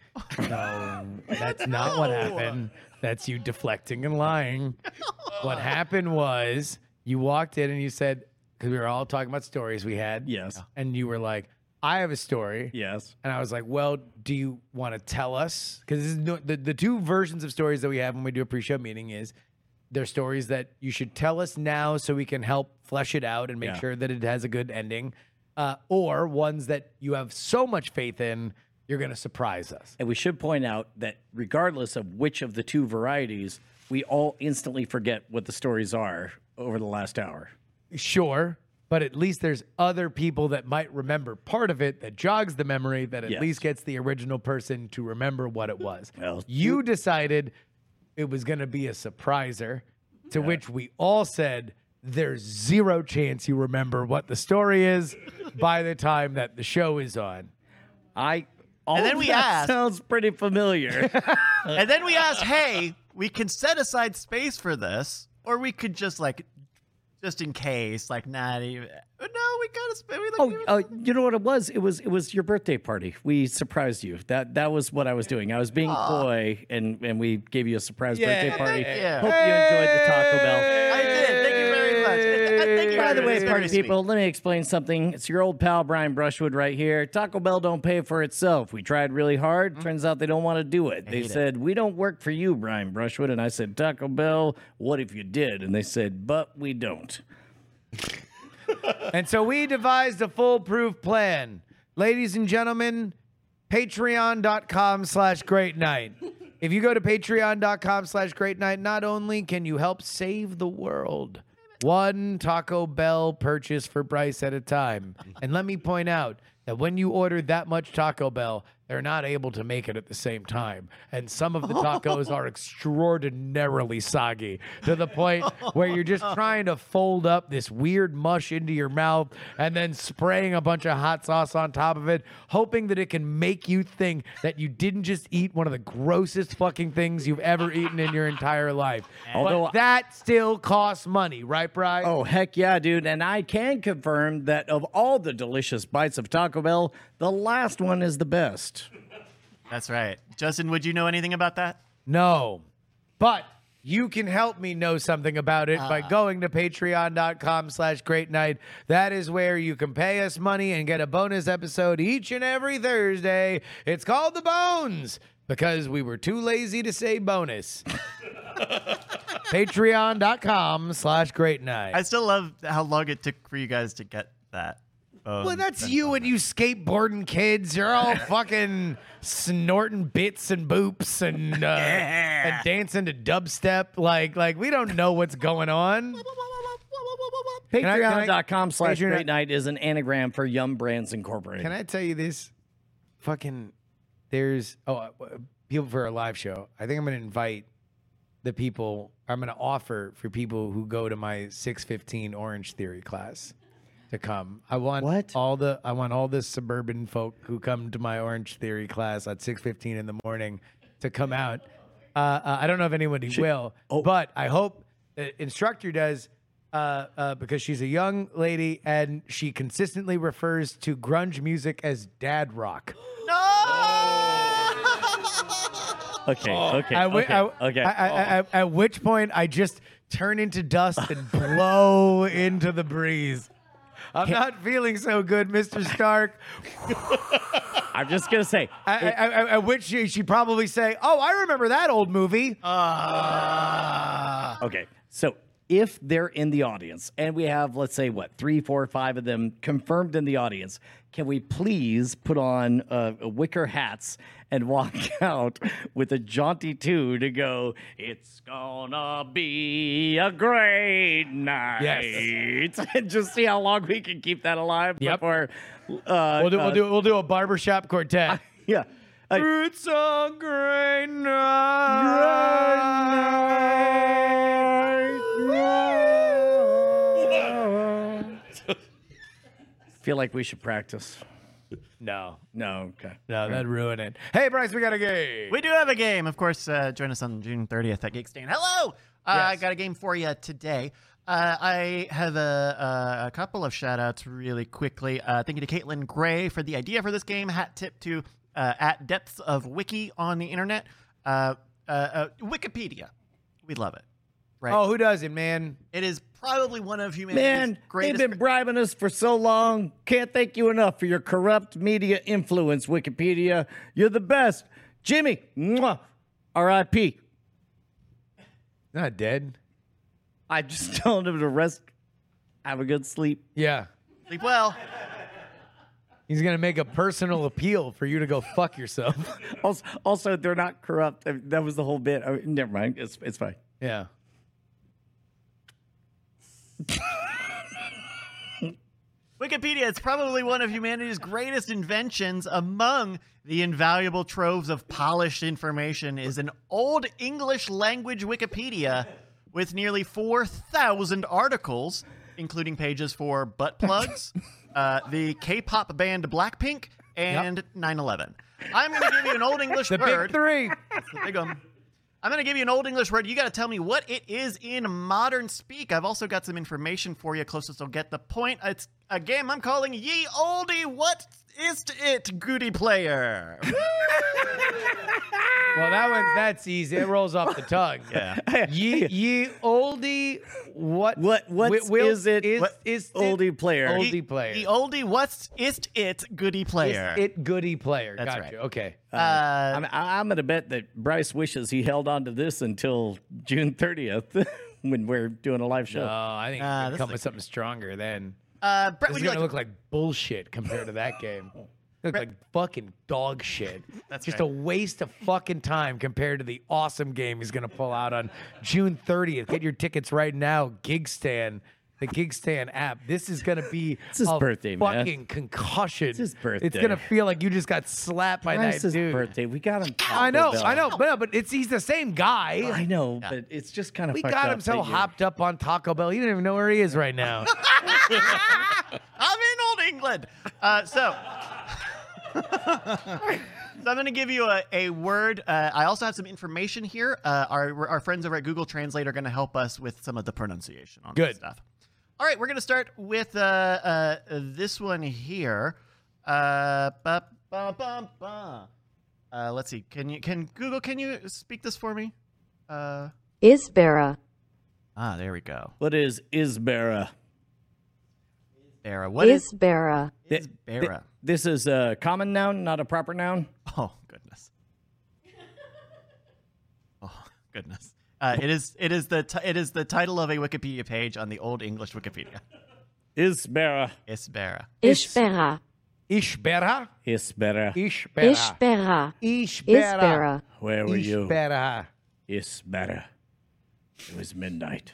F: That's not what happened. That's you deflecting
D: [laughs]
F: and lying. What happened was you walked in and you said, because we were all talking about stories we had.
D: Yes.
F: And you were like, I have a story.
D: Yes.
F: And I was like, well, do you want to tell us? Because this is no, the, the two versions of stories that we have when we do a pre-show meeting is they're stories that you should tell us now so we can help flesh it out and make
D: Yeah.
F: sure that it has a good ending. Uh, or ones that you have so much faith in, you're going to surprise us.
D: And we should point out that regardless of which of the two varieties, we all instantly forget what the stories are over the last hour.
F: Sure, but at least there's other people that might remember part of it that jogs the memory that at
D: Yes.
F: least gets the original person to remember what it was.
D: Well,
F: you decided it was going to be a surpriser, to which we all said there's zero chance you remember what the story is by the time that the show is on.
D: I all
A: then
D: of
A: we
D: that
A: asked-
D: sounds pretty familiar.
A: And then we asked, hey, we can set aside space for this, or we could just like, just in case, like not even. No, we gotta. sp- We, like,
D: oh, uh, you know what it was? It was it was your birthday party. We surprised you. That that was what I was doing. I was being coy, and and we gave you a surprise birthday party.
A: you.
D: Hope you enjoyed the Taco Bell.
A: I did. Thank you very much. And Thank you
D: By the way,
A: It's
D: party
A: very sweet.
D: people, let me explain something. It's your old pal Brian Brushwood right here. Taco Bell don't pay for itself. We tried really hard. Turns out they don't want to do it. They said, "We don't work for you, Brian Brushwood." And I said, "Taco Bell, what if you did?" And they said, "But we don't."
F: And so we devised a foolproof plan. Ladies and gentlemen, patreon.com slash great night. If you go to patreon.com slash great night, not only can you help save the world, one Taco Bell purchase for Bryce at a time. And let me point out that when you order that much Taco Bell, they're not able to make it at the same time. And some of the tacos are extraordinarily soggy to the point where you're just trying to fold up this weird mush into your mouth and then spraying a bunch of hot sauce on top of it, hoping that it can make you think that you didn't just eat one of the grossest fucking things you've ever eaten in your entire life.
D: Although I-
F: but that still costs money, right, Bry?
D: Oh, heck yeah, dude. And I can confirm that of all the delicious bites of Taco
G: Taco Bell. The last one is the best.
A: That's right. Justin, would you know anything about that?
F: No. But you can help me know something about it by going to patreon.com slash great night. That is where you can pay us money and get a bonus episode each and every Thursday. It's called The Bones because we were too lazy to say bonus. patreon.com slash great night.
A: I still love how long it took for you guys to get that. Um,
F: Well, that's you and you skateboarding kids. You're all fucking snorting bits and boops and uh, and dancing to dubstep. Like like we don't know what's going on. Can I- can I-
G: Patreon.com slash
F: Patreon-
G: Great Night is an anagram for Yum Brands Incorporated.
F: Can I tell you this? Fucking, there's oh uh, people for a live show. I think I'm gonna invite the people. I'm gonna offer for people who go to my 615 Orange Theory class to come. I want
G: What?
F: all the I want all the suburban folk who come to my Orange Theory class at 6:15 in the morning to come out. Uh, uh, I don't know if anybody will, but I hope the instructor does. Uh, uh, because she's a young lady and she consistently refers to grunge music as dad rock.
D: Okay,
B: Oh.
D: okay,
F: I wi-
D: okay,
F: I-
D: okay.
F: I- I- I- at which point, I just turn into
D: [laughs]
F: dust and blow into the breeze. I'm not feeling so good, Mr. Stark.
D: I'm just gonna say,
F: I, I, I, at which she, she probably say, "Oh, I remember that old movie." Ah.
D: okay. So if they're in the audience, and we have, let's say, what three, four, five of them confirmed in the audience, can we please put on uh, wicker hats and walk [laughs] out with a jaunty tune to go? It's gonna be a great night. [laughs] and just see how long we can keep that alive
F: Yep.
D: before. Uh,
F: we'll do,
D: uh,
F: we'll do, we'll do a barbershop quartet.
D: Yeah. Like,
F: [laughs] it's a great night.
D: feel like we should practice.
F: No,
D: No, okay.
F: no, that'd ruin it. Hey, Bryce, we got a game.
A: We do have a game. Of course, uh, join us on June 30th at Geekstand. Hello! Uh, I got a game for you today. Uh, I have a, a, a couple of shout outs really quickly. Uh, thank you to Caitlin Gray for the idea for this game. Hat tip to uh, at depths of wiki on the internet. Uh, uh, uh, Wikipedia. We love it. Right?
F: Oh, who doesn't, man?
A: It is probably one of humanity's
G: Man, they've
A: greatest.
G: been bribing us for so long. Can't thank you enough for your corrupt media influence, Wikipedia. You're the best. Jimmy, mwah, RIP.
F: Not dead.
G: I just [laughs] told him to rest, have a good sleep.
F: Yeah.
A: Sleep well.
F: He's gonna make a personal appeal for you to go fuck yourself.
G: Also, also they're not corrupt. I mean, That was the whole bit. I mean, never mind. It's, it's fine.
F: [laughs] Yeah.
A: Wikipedia is probably one of humanity's greatest inventions. Among the invaluable troves of polished information is an old English language Wikipedia with nearly 4,000 articles, including pages for butt
F: [laughs]
A: plugs, uh, the K pop band Blackpink, and 9 11. I'm going to give you an old English
F: The
A: word.
F: big three.
A: Big um. I'm going to give you an old English word. You got to tell me what it is in modern speak. I've also got some information for you. Closest will get the point. It's a game I'm calling Ye Oldie. What is it, Goody
F: [laughs]
A: Player?
F: Well, that one that's easy. It rolls off
G: [laughs]
F: the tongue.
A: Yeah.
F: Ye, ye oldie, what?
G: What- what
F: wi- will-
G: is it-
F: Is,
G: what
F: is it-
G: Oldie player.
F: Oldie
A: Ye-
F: player.
A: Ye Oldie. What is it, Goody
F: Is
A: Player?
F: it goody player?
A: That's
F: gotcha.
A: right.
F: Okay.
A: uh,
G: I'm, I- I'm going to bet that Bryce wishes he held on to this until June 30th [laughs] when we're doing a live show.
F: Oh, I think
A: Uh,
F: uh,
A: this
F: come
A: is-
F: with something stronger then.
A: uh, Brett,
F: This
A: would
F: is
A: you
F: gonna
A: like to
F: look like bullshit compared to that
A: [laughs]
F: game. Look like fucking dog shit.
A: That's
F: just
A: right.
F: a waste of fucking time compared to the awesome game he's gonna pull out on June 30th. Get your tickets right now, Gigstand, the Gigstand app. This is gonna
G: [laughs]
F: be
G: his
F: a
G: birthday, man.
F: fucking concussion. It's
G: his
F: It's
G: birthday.
F: gonna feel like you just got slapped by that
G: Bryce's
F: dude.
G: birthday. We got him. Taco
F: I know,
G: Bell.
F: I know, but, but it's he's the same guy.
G: I know, but it's just kind of
F: we got him so hopped up on Taco Bell, he didn't even know where he is right
G: [laughs]
F: now.
A: [laughs] I'm in Old England. Uh, so. [laughs] So I'm going to give you a, a word. Uh, I also have some information here. Uh, our, our friends over at Google Translate are going to help us with some of the pronunciation on
F: Good.
A: this stuff. All right, we're going to start with uh, uh, this one here. Uh, ba, ba, ba, ba. Uh, let's see. Can you can Google? Can you speak this for me? Uh,
K: Isbera.
A: ah, there we go.
D: What is Isbera?
A: Bera. What is
K: Isbera.
A: is Bera?
D: This is a common noun, not a proper noun.
A: [laughs] Oh goodness. Oh goodness. Uh, it is it is the t- it is the title of a Wikipedia page on the Old English Wikipedia.
D: Isbera.
A: Isbera.
K: Isbera.
F: Ishbera.
D: Isbera.
F: Ishbera. Ishbera.
K: Isbera. Isbera.
D: Where were you?
F: Ishbera.
D: Isbera. It was midnight.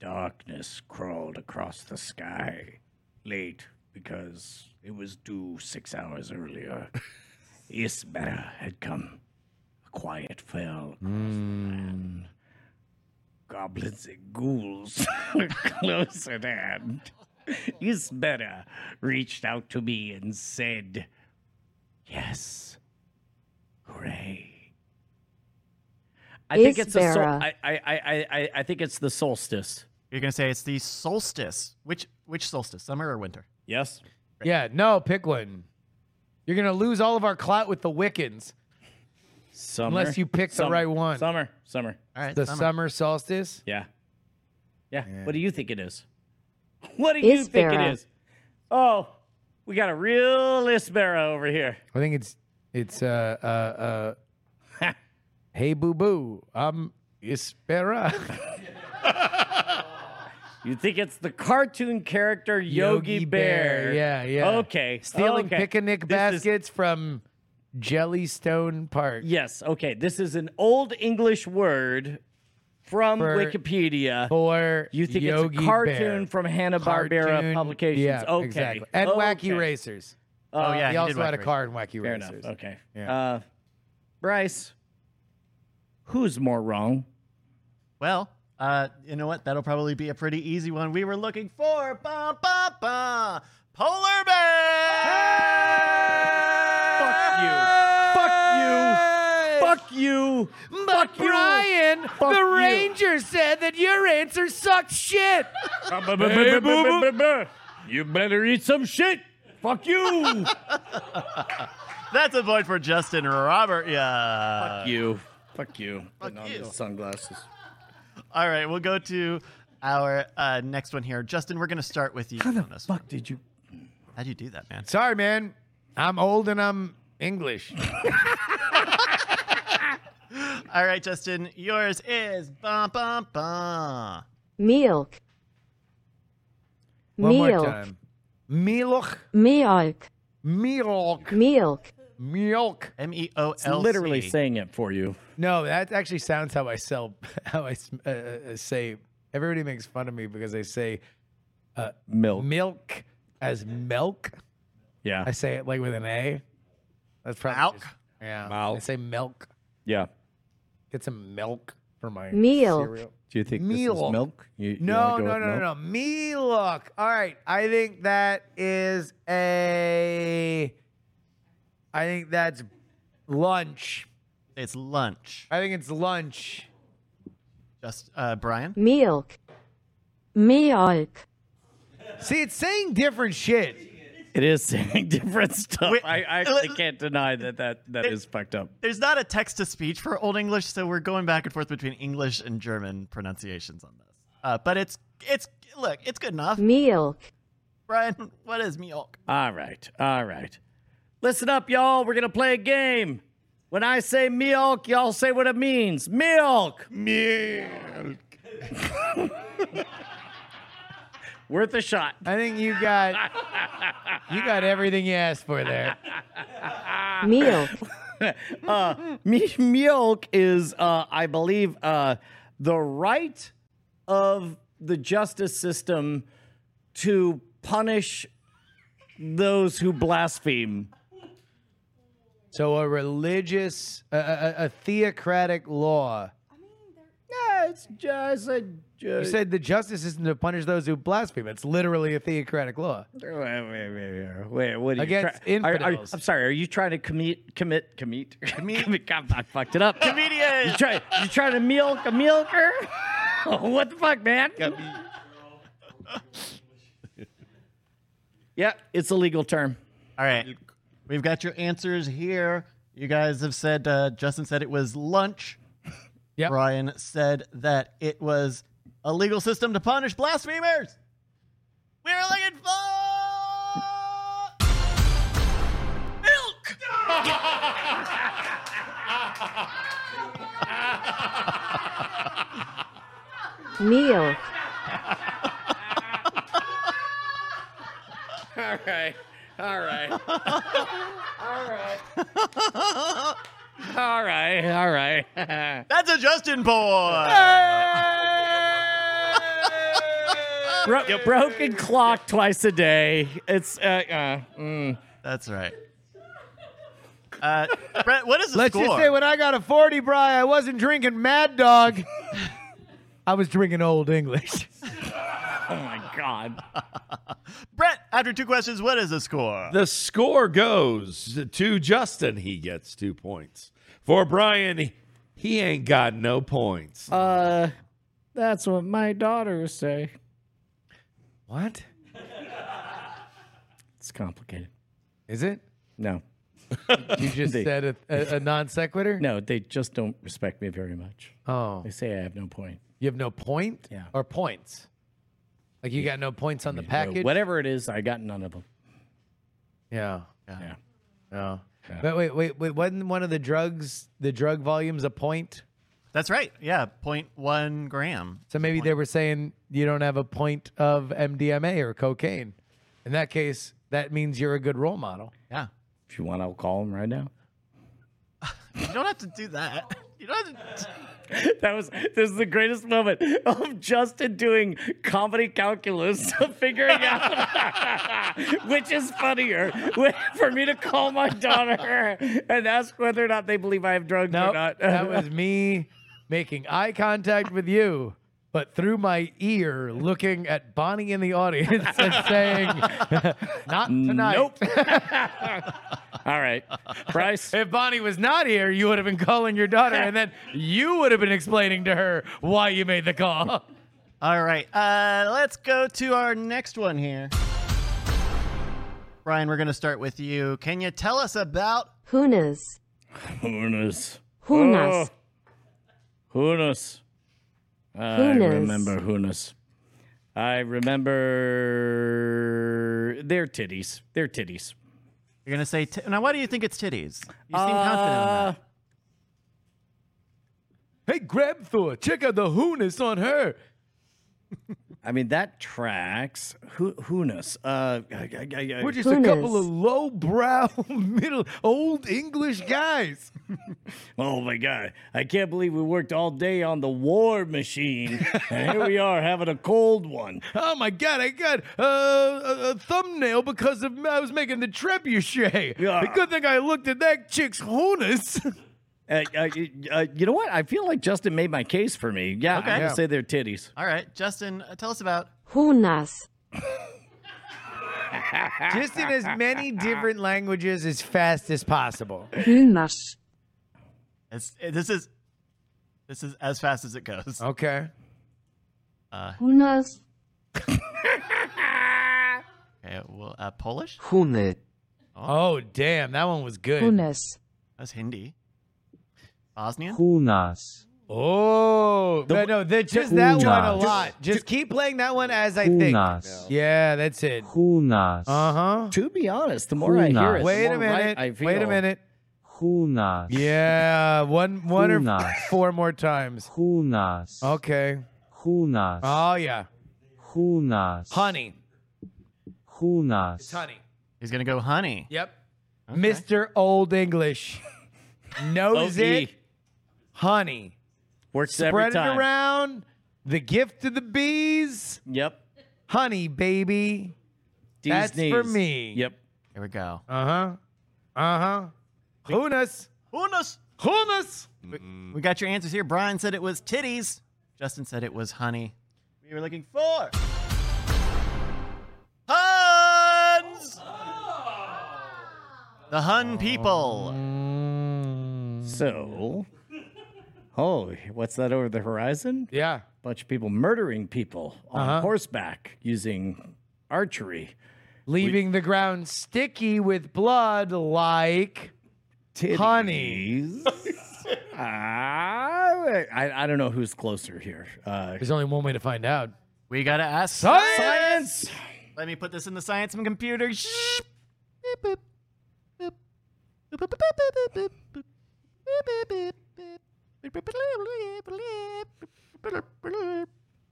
D: Darkness crawled across the sky. Late, because it was due six hours earlier. Isbera had come. A quiet fell across the land. Goblins and ghouls [laughs] were close at hand. Isbera reached out to me and said, Yes. Hooray. I think it's a sol-
K: Isbera.
D: I, I, I, I- I, I think it's the solstice.
A: You're gonna say it's the solstice. Which which solstice? Summer or winter?
D: Yes.
F: Yeah, no, pick one. You're gonna lose all of our clout with the Wiccans.
D: Summer.
F: Unless you pick the
D: Summer.
F: right one.
D: Summer. Summer.
A: All right.
F: The summer, solstice.
D: Yeah. yeah. What do you think it is? [laughs] What do you think it
K: Isbera.
D: is? Oh, we got a real Isbera over here.
F: I think it's it's uh uh uh. [laughs] hey boo boo, I'm Ispera.
D: You think it's the cartoon character [laughs] Yogi, Bear.
F: Yeah, yeah.
D: Okay.
F: Stealing
D: okay.
F: picnic
D: This is-
F: baskets from Jellystone Park.
D: yes. Okay. This is an old English word from
F: For-
D: Wikipedia.
F: For
D: You think
F: Yogi
D: it's a
F: Bear.
D: cartoon from Hanna Barbera
F: Cartoon-
D: publications?
F: Yeah,
D: okay.
F: exactly. And
D: Okay.
F: Wacky Racers.
A: oh yeah.
F: he
A: did
F: also had a
A: Wacky Race.
F: car in Wacky
D: Fair
F: Racers.
D: enough. Okay.
F: Yeah.
D: Uh, Bryce, who's more wrong?
A: Well, uh, you know what? That'll probably be a pretty easy one. We were looking for ba ba ba polar bear.
D: Fuck you. Fuck you.
F: Brian,
D: Fuck
F: the
D: you.
F: Ranger said that your answer sucked shit.
D: Uh, You better eat some shit. Fuck you.
A: That's a point for Justin Robert. Yeah.
D: Fuck you. Fuck you. Putting on
A: you.
D: these sunglasses.
A: All right, we'll go to our uh, next one here. Justin, we're gonna start with you. How the fuck did you? How'd you do that, [gasps] man?
F: Sorry, man. I'm old and I'm English.
A: All right, Justin, yours is ba ba ba.
K: Milk.
F: One more
K: Milk.
F: time. Milk,
K: Milk.
F: milk,
K: Milk.
F: milk.
A: M E O
D: It's
A: L.
D: literally saying it for you.
F: No, that actually sounds how I sell. [laughs] How I s- uh, uh, say. Everybody makes fun of me because I say
D: Milk.
F: milk as milk.
D: Yeah.
F: I say it like with an A. That's probably
A: Milk?
F: just- yeah.
B: Milk.
F: I say milk.
D: yeah.
F: Get some milk for my
K: Milk.
F: cereal.
D: Do you think this is
F: Milk.
D: milk? You, you
F: No,
D: wanna go with
F: no, no, no,
D: milk?
F: no. Me look. All right. I think that is a. I think that's lunch.
A: It's lunch.
F: I think it's lunch.
A: Just uh, Brian.
K: Milk. Milk.
F: See, it's saying different shit.
D: It is saying [laughs] different stuff.
A: Wait,
D: I, I actually can't deny that that, that is fucked up.
A: There's not a text to speech for Old English, so we're going back and forth between English and German pronunciations on this. Uh, but it's it's look, it's good enough.
K: Milk.
A: Brian, what is milk?
D: All right. All right. Listen up, y'all. We're going to play a game. When I say milk, y'all say what it means. Milk.
B: Milk.
D: [laughs] Worth a shot.
F: I think you
D: [laughs]
F: got you got everything you asked for there.
A: Ah.
K: Milk.
D: Me- milk is, uh, I believe, uh, the right of the justice system to punish those who blaspheme.
F: So a religious, a, a, a theocratic law.
L: I mean, they're
D: Yeah, it's just a.
F: You
D: Uh,
F: said the justice system to punish those who blaspheme. It's literally a theocratic law.
D: Wait, wait, wait, wait, wait, what are
F: Against
D: you try- are- are-
F: infidels.
D: I'm sorry. Are you trying to commit, commit, commit, [laughs] commit? God, I fucked it up.
A: Comedian.
D: You try, you trying to milk a milker? [laughs] what the fuck, man? yeah, it's a legal term.
A: All right. We've got your answers here. You guys have said, uh, Justin said it was
F: [laughs]
A: lunch.
M: Yep.
A: Brian said that it was a legal system to punish blasphemers. We're looking for milk.
K: milk,
D: All right. All [laughs] right. All right. All right. All right. [laughs]
A: That's a Justin
F: [laughs]
A: boy.
D: Bro- Broken clock twice a day. It's uh, uh mm.
A: That's right. Uh, Brett, what is the
F: Let's
A: score?
F: just say when I got a 40, Bry, I wasn't drinking Mad Dog. I was drinking Old English.
D: oh my
N: [sighs]
D: god.
A: Brett, after two questions, what is the score?
B: The score goes to Justin. He gets two points. For Brian, he ain't got no points.
N: Uh, that's what my daughters say.
B: what?
D: It's complicated.
F: Is it?
D: No.
F: You just
D: They-
F: said a, a, a non sequitur?
D: No, they just don't [laughs] respect me very much.
F: Oh.
D: They say I have no point.
F: You have no point?
D: Yeah.
F: Or points? Like you got no points on the package?
D: Whatever it is, I got none of them.
F: Yeah.
D: Yeah.
F: No. But wait, wait, wait. Wasn't one of the drugs, the drug volumes a point?
A: That's right. Yeah, 0.1 gram.
F: So maybe they were saying you don't have a point of MDMA or cocaine. In that case, that means you're a good role model.
A: Yeah.
D: If you want, I'll call them right now.
A: You don't have to do that. You don't have to.
D: That was this is the greatest moment of Justin doing comedy calculus, of figuring out [laughs] which is funnier wh- for me to call my daughter [laughs] and ask whether or not they believe I have drugs
F: No,
D: or not.
F: that [laughs] was me making eye contact with you, but through my ear, looking at Bonnie in the audience [laughs] and saying, "Not tonight."
D: nope. [laughs] All
N: [laughs]
D: right, Bryce.
F: If Bonnie was not here, you would have been calling your daughter, and then you would have been explaining to her why you made the call.
A: All right. Uh, let's go to our next one here. Brian, we're going to start with you. Can you tell us about
K: hunas,
D: Hunas.
A: Oh.
K: hunas,
D: Hunas. I
K: Hunas.
D: remember Hunas. I remember their titties. Their titties.
A: You're gonna say t- now. Why do you think it's titties? You seem confident. On that.
F: hey, Grabthor, check out the hooness on her.
D: I mean, that tracks. Who, who'ness? Uh, I- I- I- I-
F: We're just
K: Hooness.
F: a couple of lowbrow, [laughs] middle, old English guys.
D: oh my God. I can't believe we worked all day on the war [laughs] machine. and here we are having a cold one.
F: Oh my god, I got uh, a, a thumbnail because of I was making the trebuchet.
D: Yeah.
F: Good thing I looked at that chick's honus.
D: Uh, uh, uh, you know what? I feel like Justin made my case for me. Yeah, I'm going
F: Yeah.
D: to say their titties.
A: All right, Justin, uh, tell us about.
K: hunas,
F: [laughs] Just in as many different languages as fast as possible.
K: hunas,
A: It's, uh, this is this is as fast as it goes.
F: Okay.
K: hunas,
A: Okay, well, uh, Polish.
O: Hune.
F: Oh damn, that one was good.
K: hunas,
A: That's Hindi. Bosnian.
O: Hunas.
F: Oh, but no, the, just that one a lot. Just keep playing that one as I think.
O: Hunas.
F: Yeah, that's it.
O: Hunas.
F: Uh huh.
D: To be honest, the more I hear it,
O: Hunas.
D: the
F: Wait a
D: more right
F: minute.
D: I feel.
F: Wait a minute.
O: Hunas.
F: Yeah, one, one or
O: Hunas.
F: four more times.
O: Hunas.
F: Okay.
O: Hunas.
F: Oh yeah.
O: Hunas.
F: Honey.
O: Hunas.
F: It's honey.
A: He's gonna go honey.
F: Yep. Mr. Old English knows
D: OE.
F: it.
D: E
F: Honey.
D: Works every
F: Spread it
D: time.
F: around. The gift to the bees.
D: Yep.
F: Honey, baby.
D: D's
F: That's
D: knees.
F: for me.
D: Yep.
A: Here we go.
F: Uh huh. Uh huh. Hunas.
A: Unos.
F: Hunas.
A: We got your answers here. Brian said it was titties. Justin said it was honey. We were looking for. Huns. The Hun people.
D: So, oh, what's that over the horizon?
F: Yeah.
D: bunch of people murdering people on
F: Uh-huh.
D: horseback using archery.
P: leaving the ground sticky with blood like honey.
D: [laughs] I, Ah, I, I don't know who's closer here. Uh,
F: There's only one way to find out.
A: We gotta ask.
F: Science!
A: Let me put this in the science and computer. Shh. Beep, boop. Boop, boop, boop, boop, boop, boop, boop, boop, boop, boop, boop, boop, boop, boop, boop,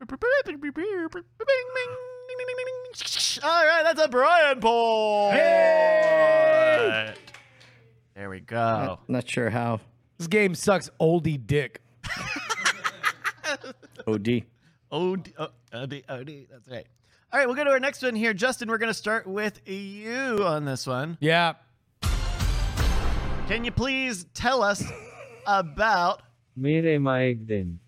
A: boop, boop, boop, boop, bing, bing, ding, ding, ding, ding, ding. Shh. All right, that's a Brian poll. There we
F: Oh.
A: go.
D: not sure how.
F: This game sucks oldie dick.
D: OD.
A: OD, oh, OD, OD. That's right. All right, we'll go to our next one here. Justin, we're going to start with you on this one.
F: Yeah.
A: Can you please tell us about.
O: मेरे mic दिन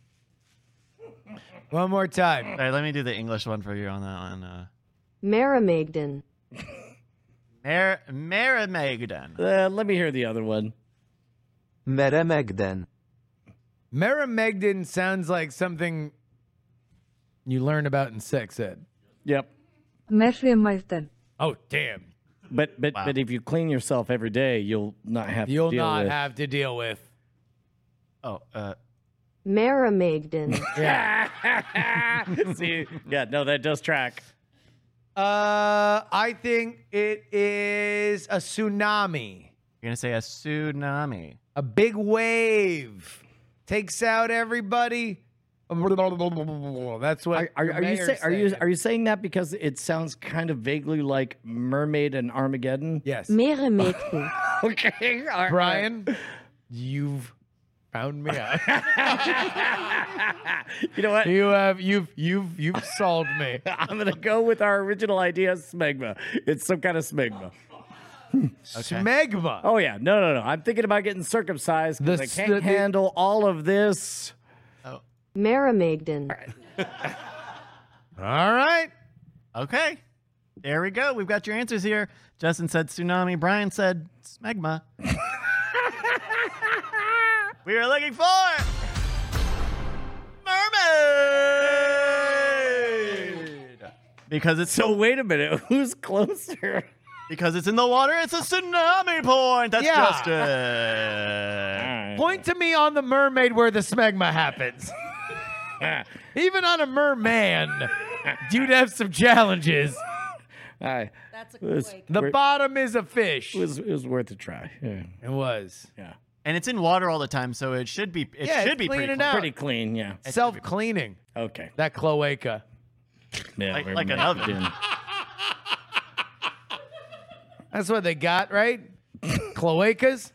F: One more time.
A: All right, let me do the English one for you on that one. Uh,
K: Maramagdan.
A: Mer- Merrimagdon.
D: Uh, let me hear the other one.
O: Meremegden
F: Merrimegdon sounds like something you learn about in sex ed.
D: Yep.
K: Merrimagdan.
F: Oh, damn.
D: But but but if you clean yourself every day, you'll not have to
F: You'll
D: deal
F: not
D: with.
F: have to deal with.
A: Oh, uh,
K: Maramagdan.
A: [laughs]
D: [laughs] See, yeah, no, that does track.
F: Uh, I think it is a tsunami.
A: you're going to say a tsunami.
F: A big wave takes out everybody. That's what.
D: Are, are,
F: the
D: are you
F: mayor
D: say, are you
F: said.
D: are you saying that because it sounds kind of vaguely like Mermaid and
F: [laughs]
D: Armageddon?
F: Yes,
K: Maramagdan.
D: Okay, all right. [laughs]
F: Brian, you've found me out.
D: You know what?
F: you have you've you've you've solved
D: [laughs]
F: me.
D: I'm gonna go with our original idea, smegma. It's some kind of smegma.
F: Smegma.
D: Oh yeah, no, no, no. I'm thinking about getting circumcised because
F: The
D: I
F: s-
D: can't
F: the- the-
D: handle all of this.
K: Maramagdan.
F: All right.
A: Okay. There we go. We've got your answers here. Justin said tsunami. Brian said smegma. we were looking for mermaid because it's
D: So wait a minute, who's closer?
A: because it's in the water. It's a tsunami point. That's
F: Yeah.
A: Justin.
D: [laughs]
F: Point to me on the mermaid where the smegma happens. Even on a merman, you'd have some challenges.
D: Alright.
E: That's a
D: It was,
E: quake.
F: The bottom is a fish.
D: it was it was worth a try. Yeah.
F: It was.
A: and it's in water all the time, so it should be it
F: Yeah,
A: should be
F: it's
A: pretty
F: cleaning
A: clean.
F: up.
D: Pretty clean, yeah.
F: Self cleaning.
D: Okay.
F: That cloaca.
D: Yeah,
A: Like-
D: we're
A: like an
D: making
A: oven.
D: dinner.
F: That's what they got, right? Cloacas.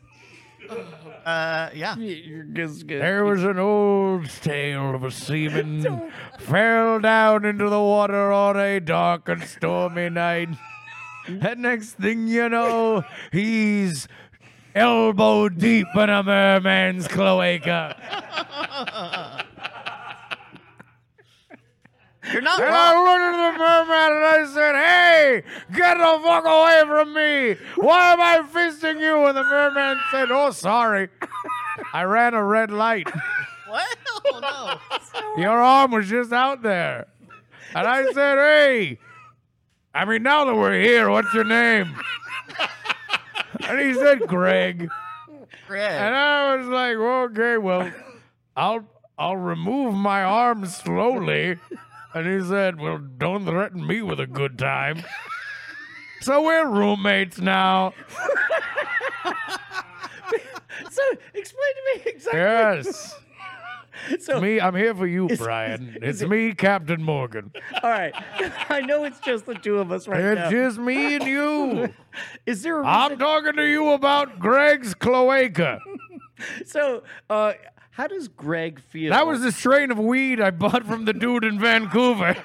A: Uh, yeah.
D: [laughs] You're just gonna-
F: There was an old tale of
A: [laughs]
F: a seaman fell down into the water on a dark and stormy night. And next thing you know, he's elbow deep in a merman's cloaca.
A: You're not
F: And
A: wrong.
F: I looked at the merman and I said, Hey, get the fuck away from me. Why am I fisting you? And the merman said, Oh, sorry. I ran a red light.
A: What? Oh no.
F: Your arm was just out there. And I said, hey, I mean, now that we're here, what's your name? And he said, Greg.
A: Greg.
F: And I was like, okay, well, I'll I'll remove my arm slowly. And he said, well, don't threaten me with a good time. So we're roommates now.
D: So explain to me [laughs] exactly.
F: Yes.
D: So,
F: Me, I'm here for you, Brian. It's me, Captain Morgan.
D: all right, [laughs] I know it's just the two of us right now.
F: It's just me
A: [laughs]
F: and you.
D: Is there a reason?
F: I'm talking to you about Greg's cloaca.
D: so? Uh, how does Greg feel?
F: That was the strain of weed I bought from the dude in
A: [laughs]
F: Vancouver.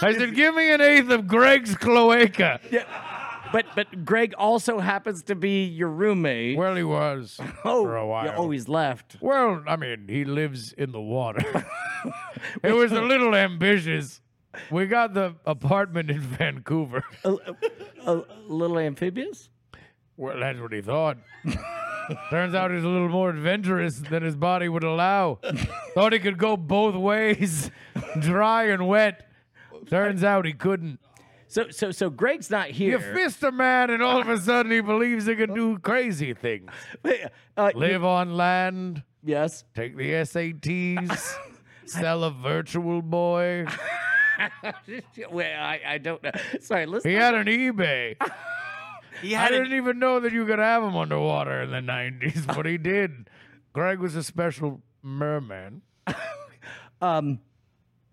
F: I said, give me an eighth of Greg's cloaca.
D: but but Greg also happens to be your roommate.
F: Well, he was
D: [laughs] oh,
F: for a
D: yeah,
F: while.
D: oh, he's left.
F: well, I mean, he lives in
D: [laughs]
F: the water. it was a little ambitious. We got the apartment
D: [laughs]
F: in Vancouver.
D: A, a- a little amphibious.
F: Well, that's what he thought. Turns out he's a little more adventurous than his body would allow. thought he could [laughs] go both ways, dry and wet. Turns out he couldn't.
D: So so so Greg's not
F: You
D: here.
F: fist a man, and all of a sudden he believes he can do crazy things.
D: Uh, you-
F: Live on land,
D: yes. [laughs]
F: take
A: [laughs]
F: the SATs, sell a virtual boy.
D: Wait, I, I don't know. Sorry, let's
F: He
D: not-
F: had an eBay.
A: He
F: I
A: had an
F: didn't even know that you could have him underwater in the 90s, but he did. Greg was a special merman.
D: um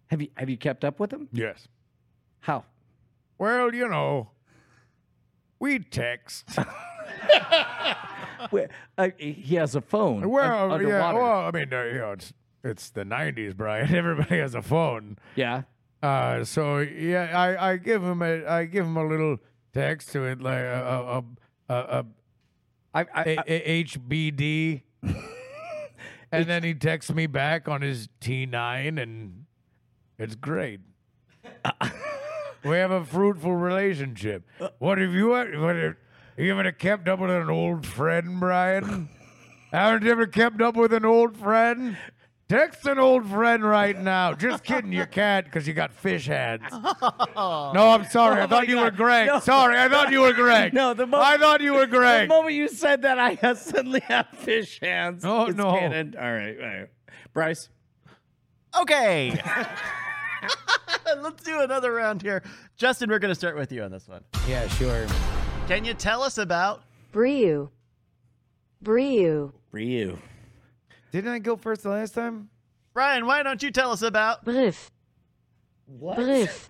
D: have you have you kept up with him?
F: Yes.
D: How?
F: Well, you know, we text.
D: [laughs] Wait, uh, he has a phone. un-
F: Well, yeah.
D: underwater.
F: Well, I mean, uh, you know, it's it's the '90s, Brian. [laughs] Everybody has a phone.
D: yeah.
F: Uh, so yeah, I, I give him a I give him a little text to it like uh, a a a, a, a, a-
D: [laughs]
F: a- HBD, and then he texts me back on his T9, and
D: [laughs]
F: it's great. we have a fruitful relationship. What if you had- what if you ever kept up with an old friend, Brian? Haven't you ever kept up with an old friend? Text an old friend right now. Just kidding, you can't because you got fish hands.
D: Oh.
F: No, I'm sorry. I thought you were Greg.
D: No.
F: Sorry, I thought you were Greg.
D: No, the mo-
F: I thought you
D: [laughs]
F: were
D: The
F: Greg.
D: moment you said that, I [laughs] have suddenly have fish hands.
F: Oh,
D: It's
F: no.
D: canon. All right, all right. Bryce.
A: Okay. [laughs] Let's do another round here. Justin, we're going to start with you on this one.
Q: Yeah, sure.
A: Can you tell us about
K: Briu. Briu.
D: Ryu.
Q: Didn't I go first the last time?
A: Brian? Why don't you tell us about?
K: Brief.
D: What?
K: Brief.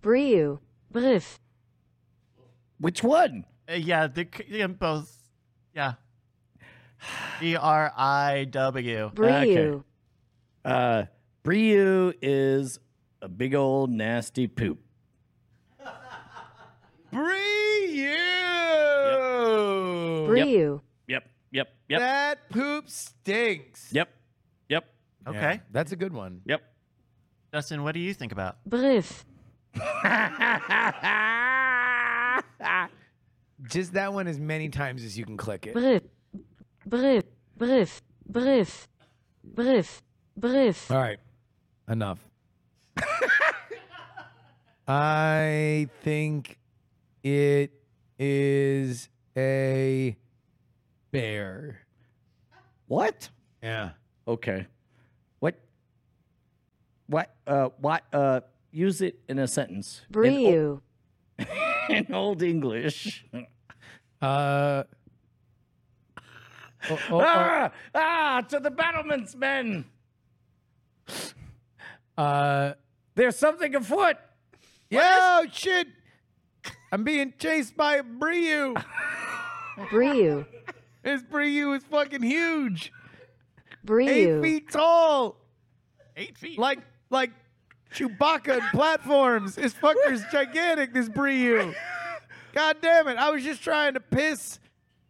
K: Briu. Brief.
D: Which one?
A: Uh, yeah, the c- yeah, both.
Q: [sighs]
A: Yeah. B R I W.
K: Briu.
D: Uh, Ryu is a big old nasty poop.
F: Bree,
K: Briu.
D: Yep, yep, yep,
F: that poop stinks.
D: yep, yep,
A: Okay,
F: that's a good one.
D: yep.
A: Justin, what do you think about?
K: Brief.
F: Just that one as many times as you can click it.
K: Brief. Brief. Brief. Brief. Brief. Brief.
F: All right, enough. [laughs] I think it is a bear.
D: What?
F: Yeah.
D: Okay. What? What? Uh, what? Uh, use it in a sentence. In, o-
K: Briu.
D: in old English. [laughs]
F: Uh. oh, oh,
D: ah, ah, to the battlements, men.
F: oh, uh,
D: There's something afoot.
F: yo, shit! I'm being chased by a Breu.
K: Briu.
F: This Breu is fucking huge. Eight
K: Briu.
F: feet tall.
A: Eight feet.
F: Like, like Chewbacca and platforms. This fucker's gigantic, this Breu. God damn it. I was just trying to piss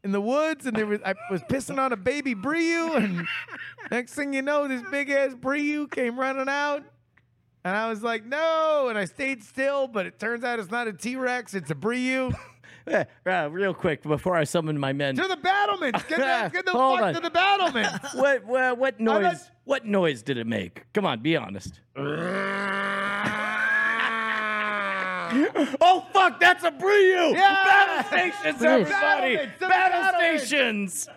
F: in the woods and there was I was pissing on a baby Breu and next thing you know, this big ass Breu came running out. And I was like, no, and I stayed still, but it turns out it's not a T-Rex, it's a Breu.
D: Eh, uh, real quick before I summon my men.
F: To the battlements! Get the, get the
D: Hold
F: fuck
D: on.
F: to the battlements!
D: what, what? What
F: not-
D: noise? What noise did it make? Come on, be
F: [laughs]
D: honest. oh fuck! That's a Breu.
F: Yeah!
D: Battle stations,
K: Brave.
D: everybody.
F: Battlements, the
D: Battle,
F: battlements.
D: stations.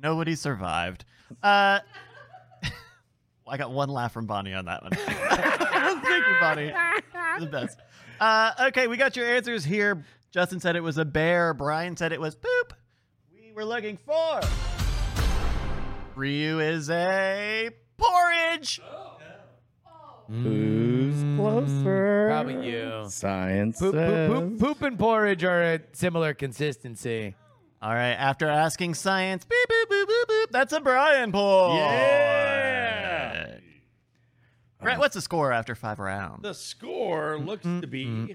A: Nobody survived. Uh, [laughs] I got one laugh from Bonnie on that one. [laughs] Thank you, Bonnie. You're The best. Uh, okay, we got your answers here. Justin said it was a bear. Brian said it was poop. We were looking for. Ryu is a porridge.
D: Closer.
F: Probably you.
D: Science.
F: Poop, poop, poop,
D: says-
F: poop and porridge are at similar consistency.
A: All right, after asking science, beep, boop, boop, boop, boop, that's a Brian porridge.
B: Yeah.
A: Brett, what's the score after five rounds?
B: The score looks to be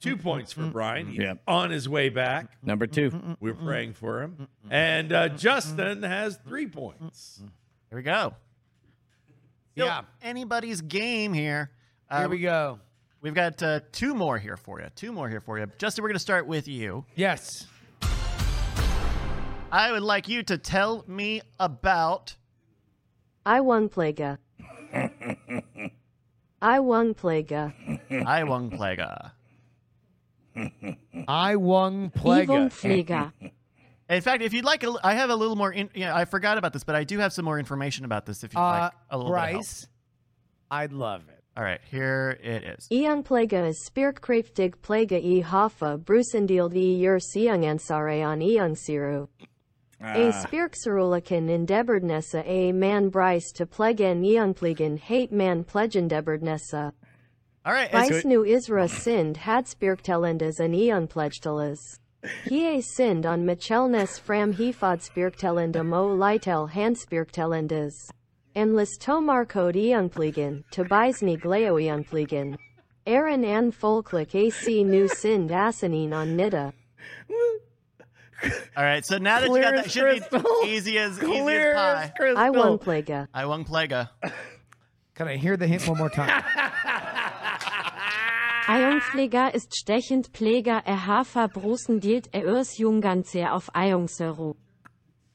B: two points for Brian. He's
D: Yep.
B: on his way back.
D: Number two.
B: We're praying for him. And uh, Justin has three points.
A: Here we go. Still
F: Yeah.
A: Anybody's game here. Uh,
F: Here we go.
A: We've got uh, two more here for you. Two more here for you. Justin, we're going to start with you.
F: Yes.
A: I would like you to tell me
D: [laughs]
A: about.
F: [laughs]
K: I won Plaga. I won Plaga.
A: Iwang Plaga.
P: I wung
K: Ivan
P: Plaga.
K: Pfleger.
A: In fact, if you'd like, a l- I have a little more. In, yeah, I forgot about this, but I do have some more information about this. If you'd
F: Uh,
A: like a little bit of help.
F: Bryce, I'd love it.
A: All right, here it is.
K: Ian Plaga is Spirk Kraftig Plaga e Hoffa Brusendield e Ur Siangansare on Ian Siru. A Spirk Cerulakin Indeberdnessa a man Bryce to Plegan Ian Plegan hate man Plegan Deberdnessa.
A: All right, it's-
K: Vice nu Isra sind had spirktelendes an eon pledgteles. Hie sind on Michelnes fram hefod spirktelendum o litel hand spirktelendes. En listomarkod eon pligen, tabisni gleo eon pligen. Aaron an folklik ac nu sind asinine on nida.
A: all right. So now that you
D: Clear
A: got that,
D: as
A: should
D: crystal.
A: be easy as easy
D: Clear
A: as
D: as
A: pie.
D: crystal.
K: I won plaga.
A: Iwang Plaga.
P: Can I hear the hint
F: [laughs]
P: one more time?
K: Ionpfleger ist stechend Pfleger er Hafer Brusen dealt er Urs Junganzer auf Ionsöru.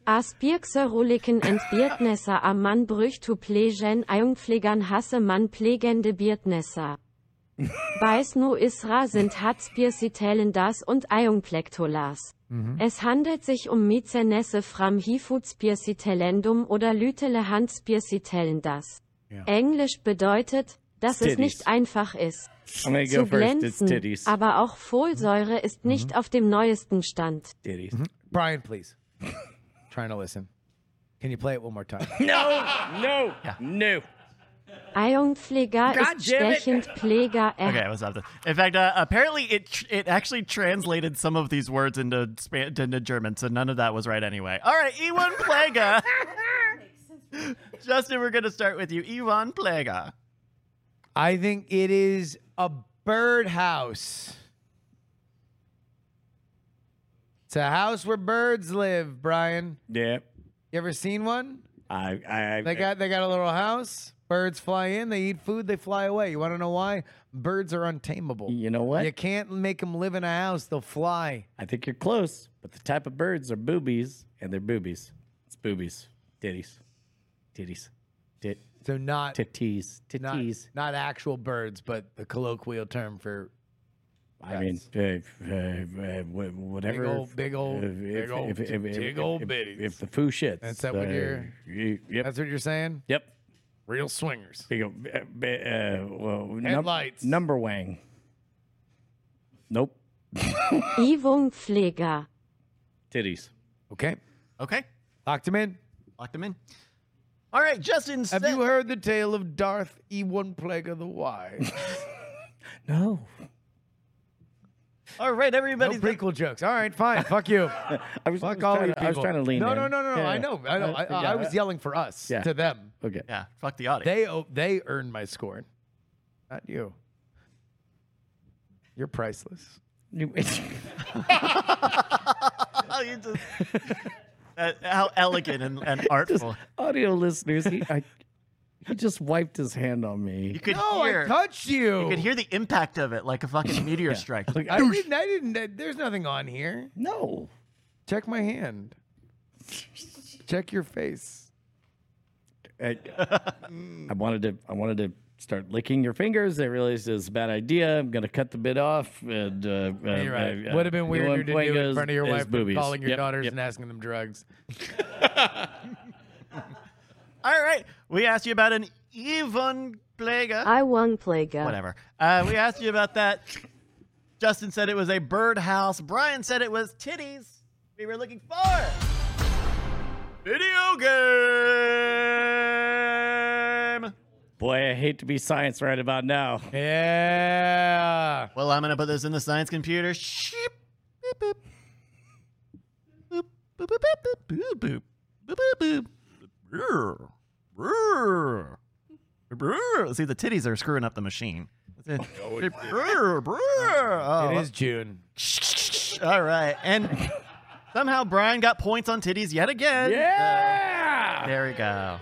K: As Birksöroliken ent Biertnesser am Mann brüch tu plegen Ionpflegern hasse Mann pflegende Biertnesser. Beis nu Isra sind Hatzbiersitellen das und Ionplektolas. Es handelt sich um Mizenesse fram Hifutspiersitellendum oder Lütele Handspiersitellen das. Englisch bedeutet, dass es
D: Titties.
K: nicht einfach ist
D: I'm gonna go
K: zu
D: first. It's
K: glänzen,
D: titties.
K: aber auch Folsäure ist nicht auf dem neuesten Stand.
F: [laughs]
D: titties.
F: Brian, please. Trying to listen. Can you play it one more time? [laughs]
D: No, no, no.
K: Eiungpfleger
D: God
K: ist
D: damn it.
K: stechend Pfleger. Er
A: Okay, I was up to. In fact, uh, apparently it tr- it actually translated some of these words into Spa- into German, so none of that was right anyway. All right, Iwan Plaga. Justin, we're gonna start with you, Ivan Plaga.
F: I think it is a birdhouse. It's a house where birds live, Brian.
D: Yeah,
F: You ever seen one?
D: I, I, I
F: They got they got a little house. Birds fly in, they eat food, they fly away. You want to know why? Birds are untamable.
D: You know what?
F: You can't make them live in a house. They'll fly.
D: I think you're close, but the type of birds are boobies, and they're boobies. It's boobies, titties, titties, tit,
F: So not
D: titties,
F: not,
D: titties.
F: not actual birds, but the colloquial term for
D: I mean, uh, uh, uh, wh- whatever.
F: old- big old-
D: uh,
F: big old
D: if, if, if,
F: big old
D: if,
F: bitties.
D: If the foo shits. uh,
F: Is that what you're-
D: you- Yep.
F: That's what you're saying?
D: Yep.
F: Real swingers.
D: Big old. Uh, bi- uh, well, num-
F: Headlights.
D: Number wang. Nope.
K: Iwung Pfleger.
D: Titties.
F: Okay.
A: Okay,
F: Locked him in.
A: locked him in. All right, Justin.
F: Have
A: Sen-
F: you heard the tale of Darth E1 Plague of the Wise?
D: No.
A: All right,
F: no
A: everybody.
F: prequel jokks. All right, fine. Fuck you.
D: I was, I
F: Fuck
D: was
F: all
D: trying,
F: you
D: to- I was
F: people.
D: trying to lean
F: No,
D: in.
F: no, no, no, no.
D: Yeah, Uh,
F: I know. I know. I, I,
D: yeah,
F: I was yelling for us
D: Yeah.
F: to them.
D: Okay.
A: yeah, fuck the audience.
F: They o- they earned my scorn, not you. You're priceless.
D: You-
A: [laughs] Oh, you just- [laughs] Uh, how elegant and,
F: [laughs]
A: and artful.
D: Audio listeners, he, I, he just wiped his hand on
A: You
D: me.
A: could
F: No,
A: hear.
F: I touched you.
A: you could hear the impact of it like a
F: [laughs]
A: fucking meteor strike.
F: I didn't. I didn't. uh, There's nothing on here.
D: No.
F: Check my hand. Check your face. [laughs]
D: I, I wanted to. I wanted to start licking your fingers. I realized it was a bad idea. I'm gonna cut the bit off. And uh,
F: You're
D: uh,
F: right.
D: uh,
F: Would have been
D: uh,
F: weirder to do it in
D: Buenga's
F: front of your
D: is
F: wife, than
D: boobies.
F: calling your
D: Yep,
F: daughters
D: yep.
F: and asking them drugs.
A: All right, we asked you about an Ivan Plaga.
K: Iwung Plaga.
A: whatever. Uh, we asked you about that. Justin said it was a birdhouse. Brian said it was titties. We were looking for video game.
D: Boy, I hate to be science right about now.
F: Yeah.
A: Well, I'm gonna put this in the science computer. Sheep. Beep, beep. Boop, boop, boop, boop, boop, boop, boop, boop, boop, boop. Brrr. Brrr. Brrr. See, the titties are screwing up the machine. Brrr, brrr. Oh,
F: It is June.
A: All right. And somehow Brian got points on titties yet again.
B: Yeah!
A: There we go.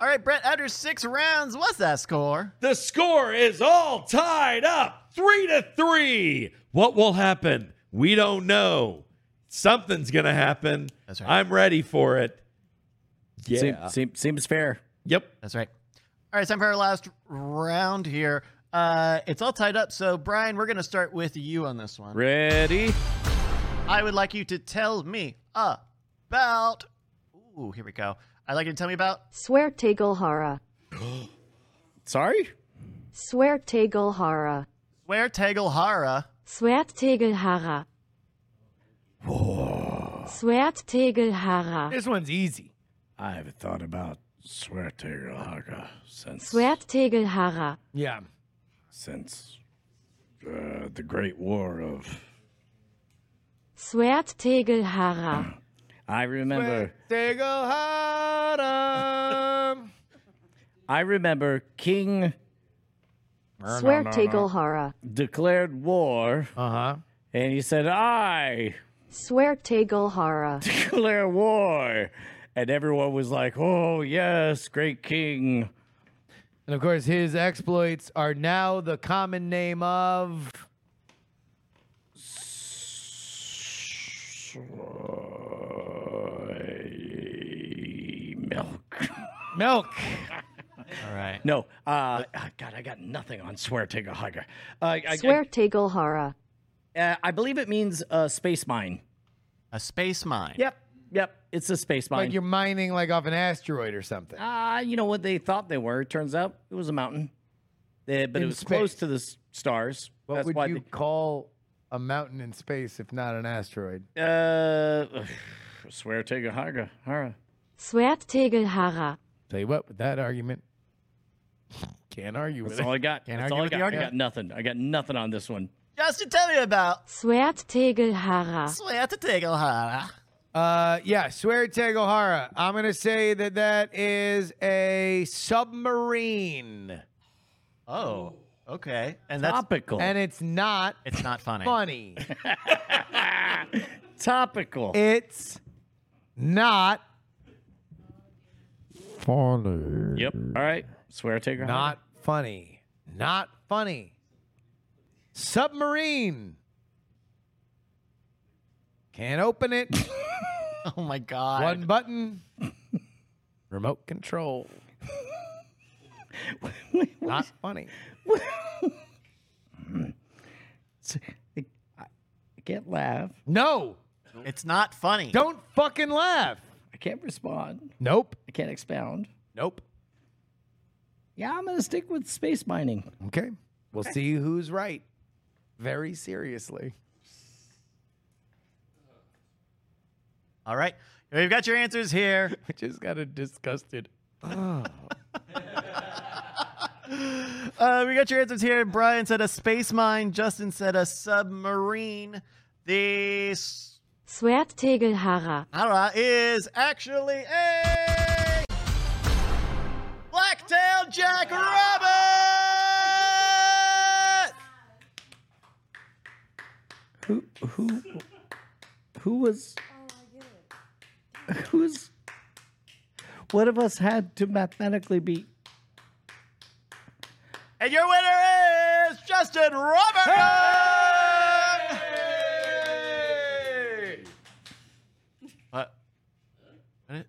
A: All right, Brett, after six rounds, what's that score?
B: The score is all tied up, three to three. What will happen? We don't know. Something's gonna happen.
A: That's right.
B: I'm ready for it.
D: Seem-
B: Yeah.
D: seem- seems fair.
B: Yep.
A: That's right. All right, it's time for our last round here. Uh, it's all tied up. So, Brian, we're going to start with you on this one.
D: Ready?
A: I would like you to tell me about. Ooh, here we go. I'd like you to tell me about.
K: Swear Tegel Horror.
D: Sorry?
K: Swear Tegel Horror.
A: Swear Tegelhara.
K: Swerttegelharra. Swerttegelharra.
F: This one's easy.
D: I've thought about Swertegelhaga since,
K: Swerttegelharra.
F: Yeah.
D: since uh, the Great War of.
K: Swerttegelharra.
D: I remember.
F: Tegelhara.
D: I remember King
K: Swerttegelharra.
D: declared war,
F: Uh huh.
D: and he said, "I
K: Swerttegelharra.
D: declare war," and everyone was like, "Oh yes, great king."
F: And of course, his exploits are now the common name of.
D: Milk.
F: Milk. [laughs]
A: All right.
D: No, uh, ah, God, I got nothing on swear take a hugger. Uh, I, I-
K: Swerttegelharra.
D: uh, I believe it means uh, space mine.
A: A space mine.
D: Yep, yep, it's a space mine.
F: Like you're mining like off an asteroid or something.
D: Uh, you know what they thought they were. Turns out it was a mountain, Uh, but
F: In
D: it was
F: space.
D: close to the s- stars.
F: what
D: That's
F: would
D: why
F: you
D: they-
F: call a mountain in space if not an asteroid?
D: Uh, [sighs] swear take a uh, hugger. Hara.
K: Swerttegelharra.
F: Tell you what, with that argument, [laughs] can't argue with
D: That's all I
F: it.
D: got.
F: Can't
D: That's
F: argue
D: all I
F: with
D: got.
F: the
D: I got
F: argument.
D: nothing. I got nothing on this one.
A: Justin, tell me about.
K: Swerttegelharra.
A: Swertegelhara.
F: Uh, yeah, swear Tegohara. I'm gonna say that that is a submarine,
A: Oh, okay. And that's.
D: Topical.
F: and it's not
A: It's not funny.
F: funny.
D: [laughs] Topical.
F: it's not funny.
D: yep. All right. Swear take a hugger.
F: Not funny. Not funny. Submarine. Can't open it.
A: [laughs] Oh, my God.
F: One button. Remote control. [laughs] Not funny.
D: I I can't laugh.
F: No.
A: It's not funny.
F: Don't fucking laugh.
D: I can't respond.
F: Nope.
D: I can't expound.
F: Nope.
D: Yeah, I'm gonna stick with space mining.
F: Okay. We'll see who's right. Very seriously. [laughs]
A: All right. We've got your answers here.
F: I just got a disgusted. [laughs]
A: Uh, we got your answers here. Brian said a space mine. Justin said a submarine. The s-
K: Swerttegelharra.
A: Ara is actually a blacktail jackrabbit.
D: Who who who was who's one of us had to mathematically be
A: And your winner is Justin Robert. What? What is,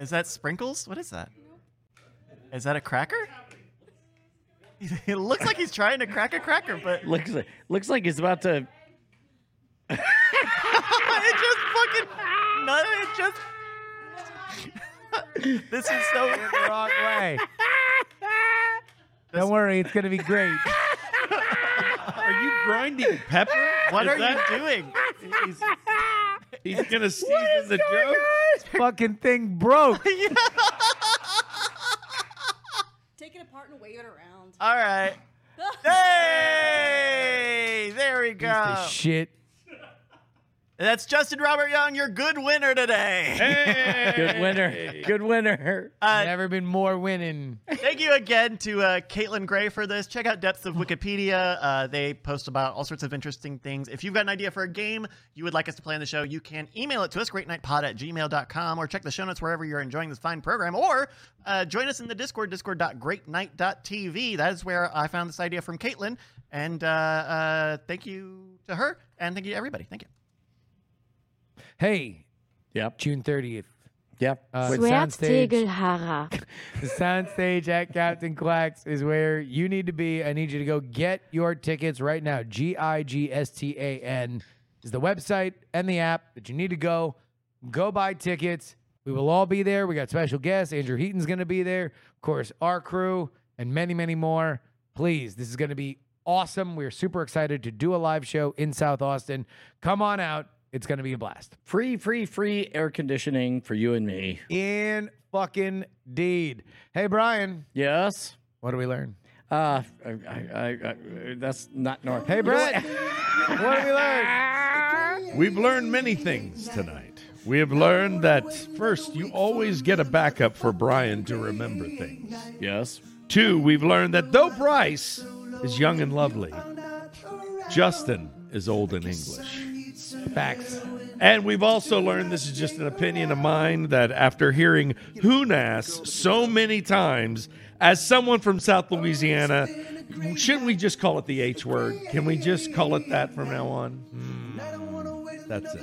A: is that sprinkles? What is that? Is that a cracker? [laughs] It looks like he's trying to crack a cracker, but it
D: looks like looks like he's about to
A: just fucking no, it just. [laughs] this is
B: [laughs]
A: so.
F: Wrong way.
R: Don't worry, it's gonna be great.
B: Are you grinding pepper?
A: What
B: Is
A: are
B: that-
A: you
B: [laughs]
A: doing? He's-
B: He's gonna sneeze in the joke.
R: Fucking thing broke.
E: Take it apart and wave it around.
A: All
B: [laughs]
A: right. Hey, there we go.
F: Shit.
A: That's Justin Robert Young, your good winner today.
B: [laughs]
D: good winner. Good winner.
A: Uh,
F: Never been more winning.
A: Thank you again to uh, Caitlin Gray for this. Check out Depth of Wikipedia. Uh, they post about all sorts of interesting things. If you've got an idea for a game you would like us to play on the show, you can email it to us, greatnightpod at gmail.com, or check the show notes wherever you're enjoying this fine program, or uh, join us in the Discord, discord.greatnight.tv. That is where I found this idea from Caitlin. And uh, uh, thank you to her, and thank you to everybody. Thank you.
F: Hey,
D: Yep.
F: June 30th.
D: Yeah.
F: Uh, soundstage,
K: Zwergtegelhara.
F: the soundstage at Captain Quacks is where you need to be. I need you to go get your tickets right now. G I G S T A N is the website and the app that you need to go. Go buy tickets. We will all be there. We got special guests. Andrew Heaton's going to be there. Of course, our crew and many, many more. Please, this is going to be awesome. We're super excited to do a live show in South Austin. Come on out. It's going to be a blast.
D: Free, free, free air conditioning for you and me.
F: In fucking deed. Hey, Brian.
D: Yes.
F: What do we learn?
D: Uh, I, I, I, I, that's not normal.
F: Hey, Brett. what do we learn?
B: We've learned many things tonight. We have learned that first, you always get a backup for Brian to remember things.
D: Yes.
B: Two, we've learned that though Bryce is young and lovely, Justin is old and English.
F: Facts.
B: And we've also learned this is just an opinion of mine that after hearing Hoonass so many times, as someone from South Louisiana, shouldn't we just call it the H word? Can we just call it that from now on? Hmm. That's it.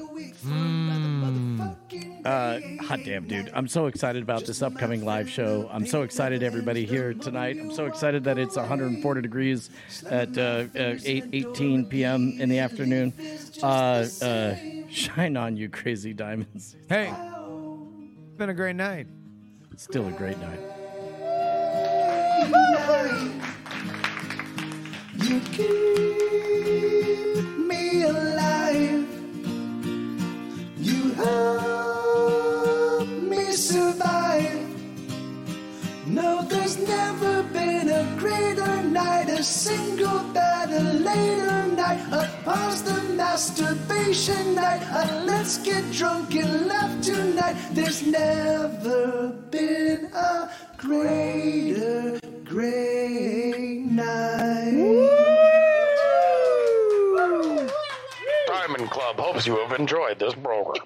D: Uh, hot damn, dude. I'm so excited about this upcoming live show. I'm so excited everybody here tonight. I'm so excited that it's 140 degrees at uh, uh, 8, 18 p.m. in the afternoon. Uh, uh, [laughs] shine on, you crazy diamonds.
F: Hey, it's been a great night.
D: It's still a great night.
S: You keep me alive. You help me survive. No, there's never been a greater night, a single better later night. A pause the masturbation night. A let's get drunk and laugh tonight. There's never been a greater, great night.
T: Diamond Club hopes you have enjoyed this program.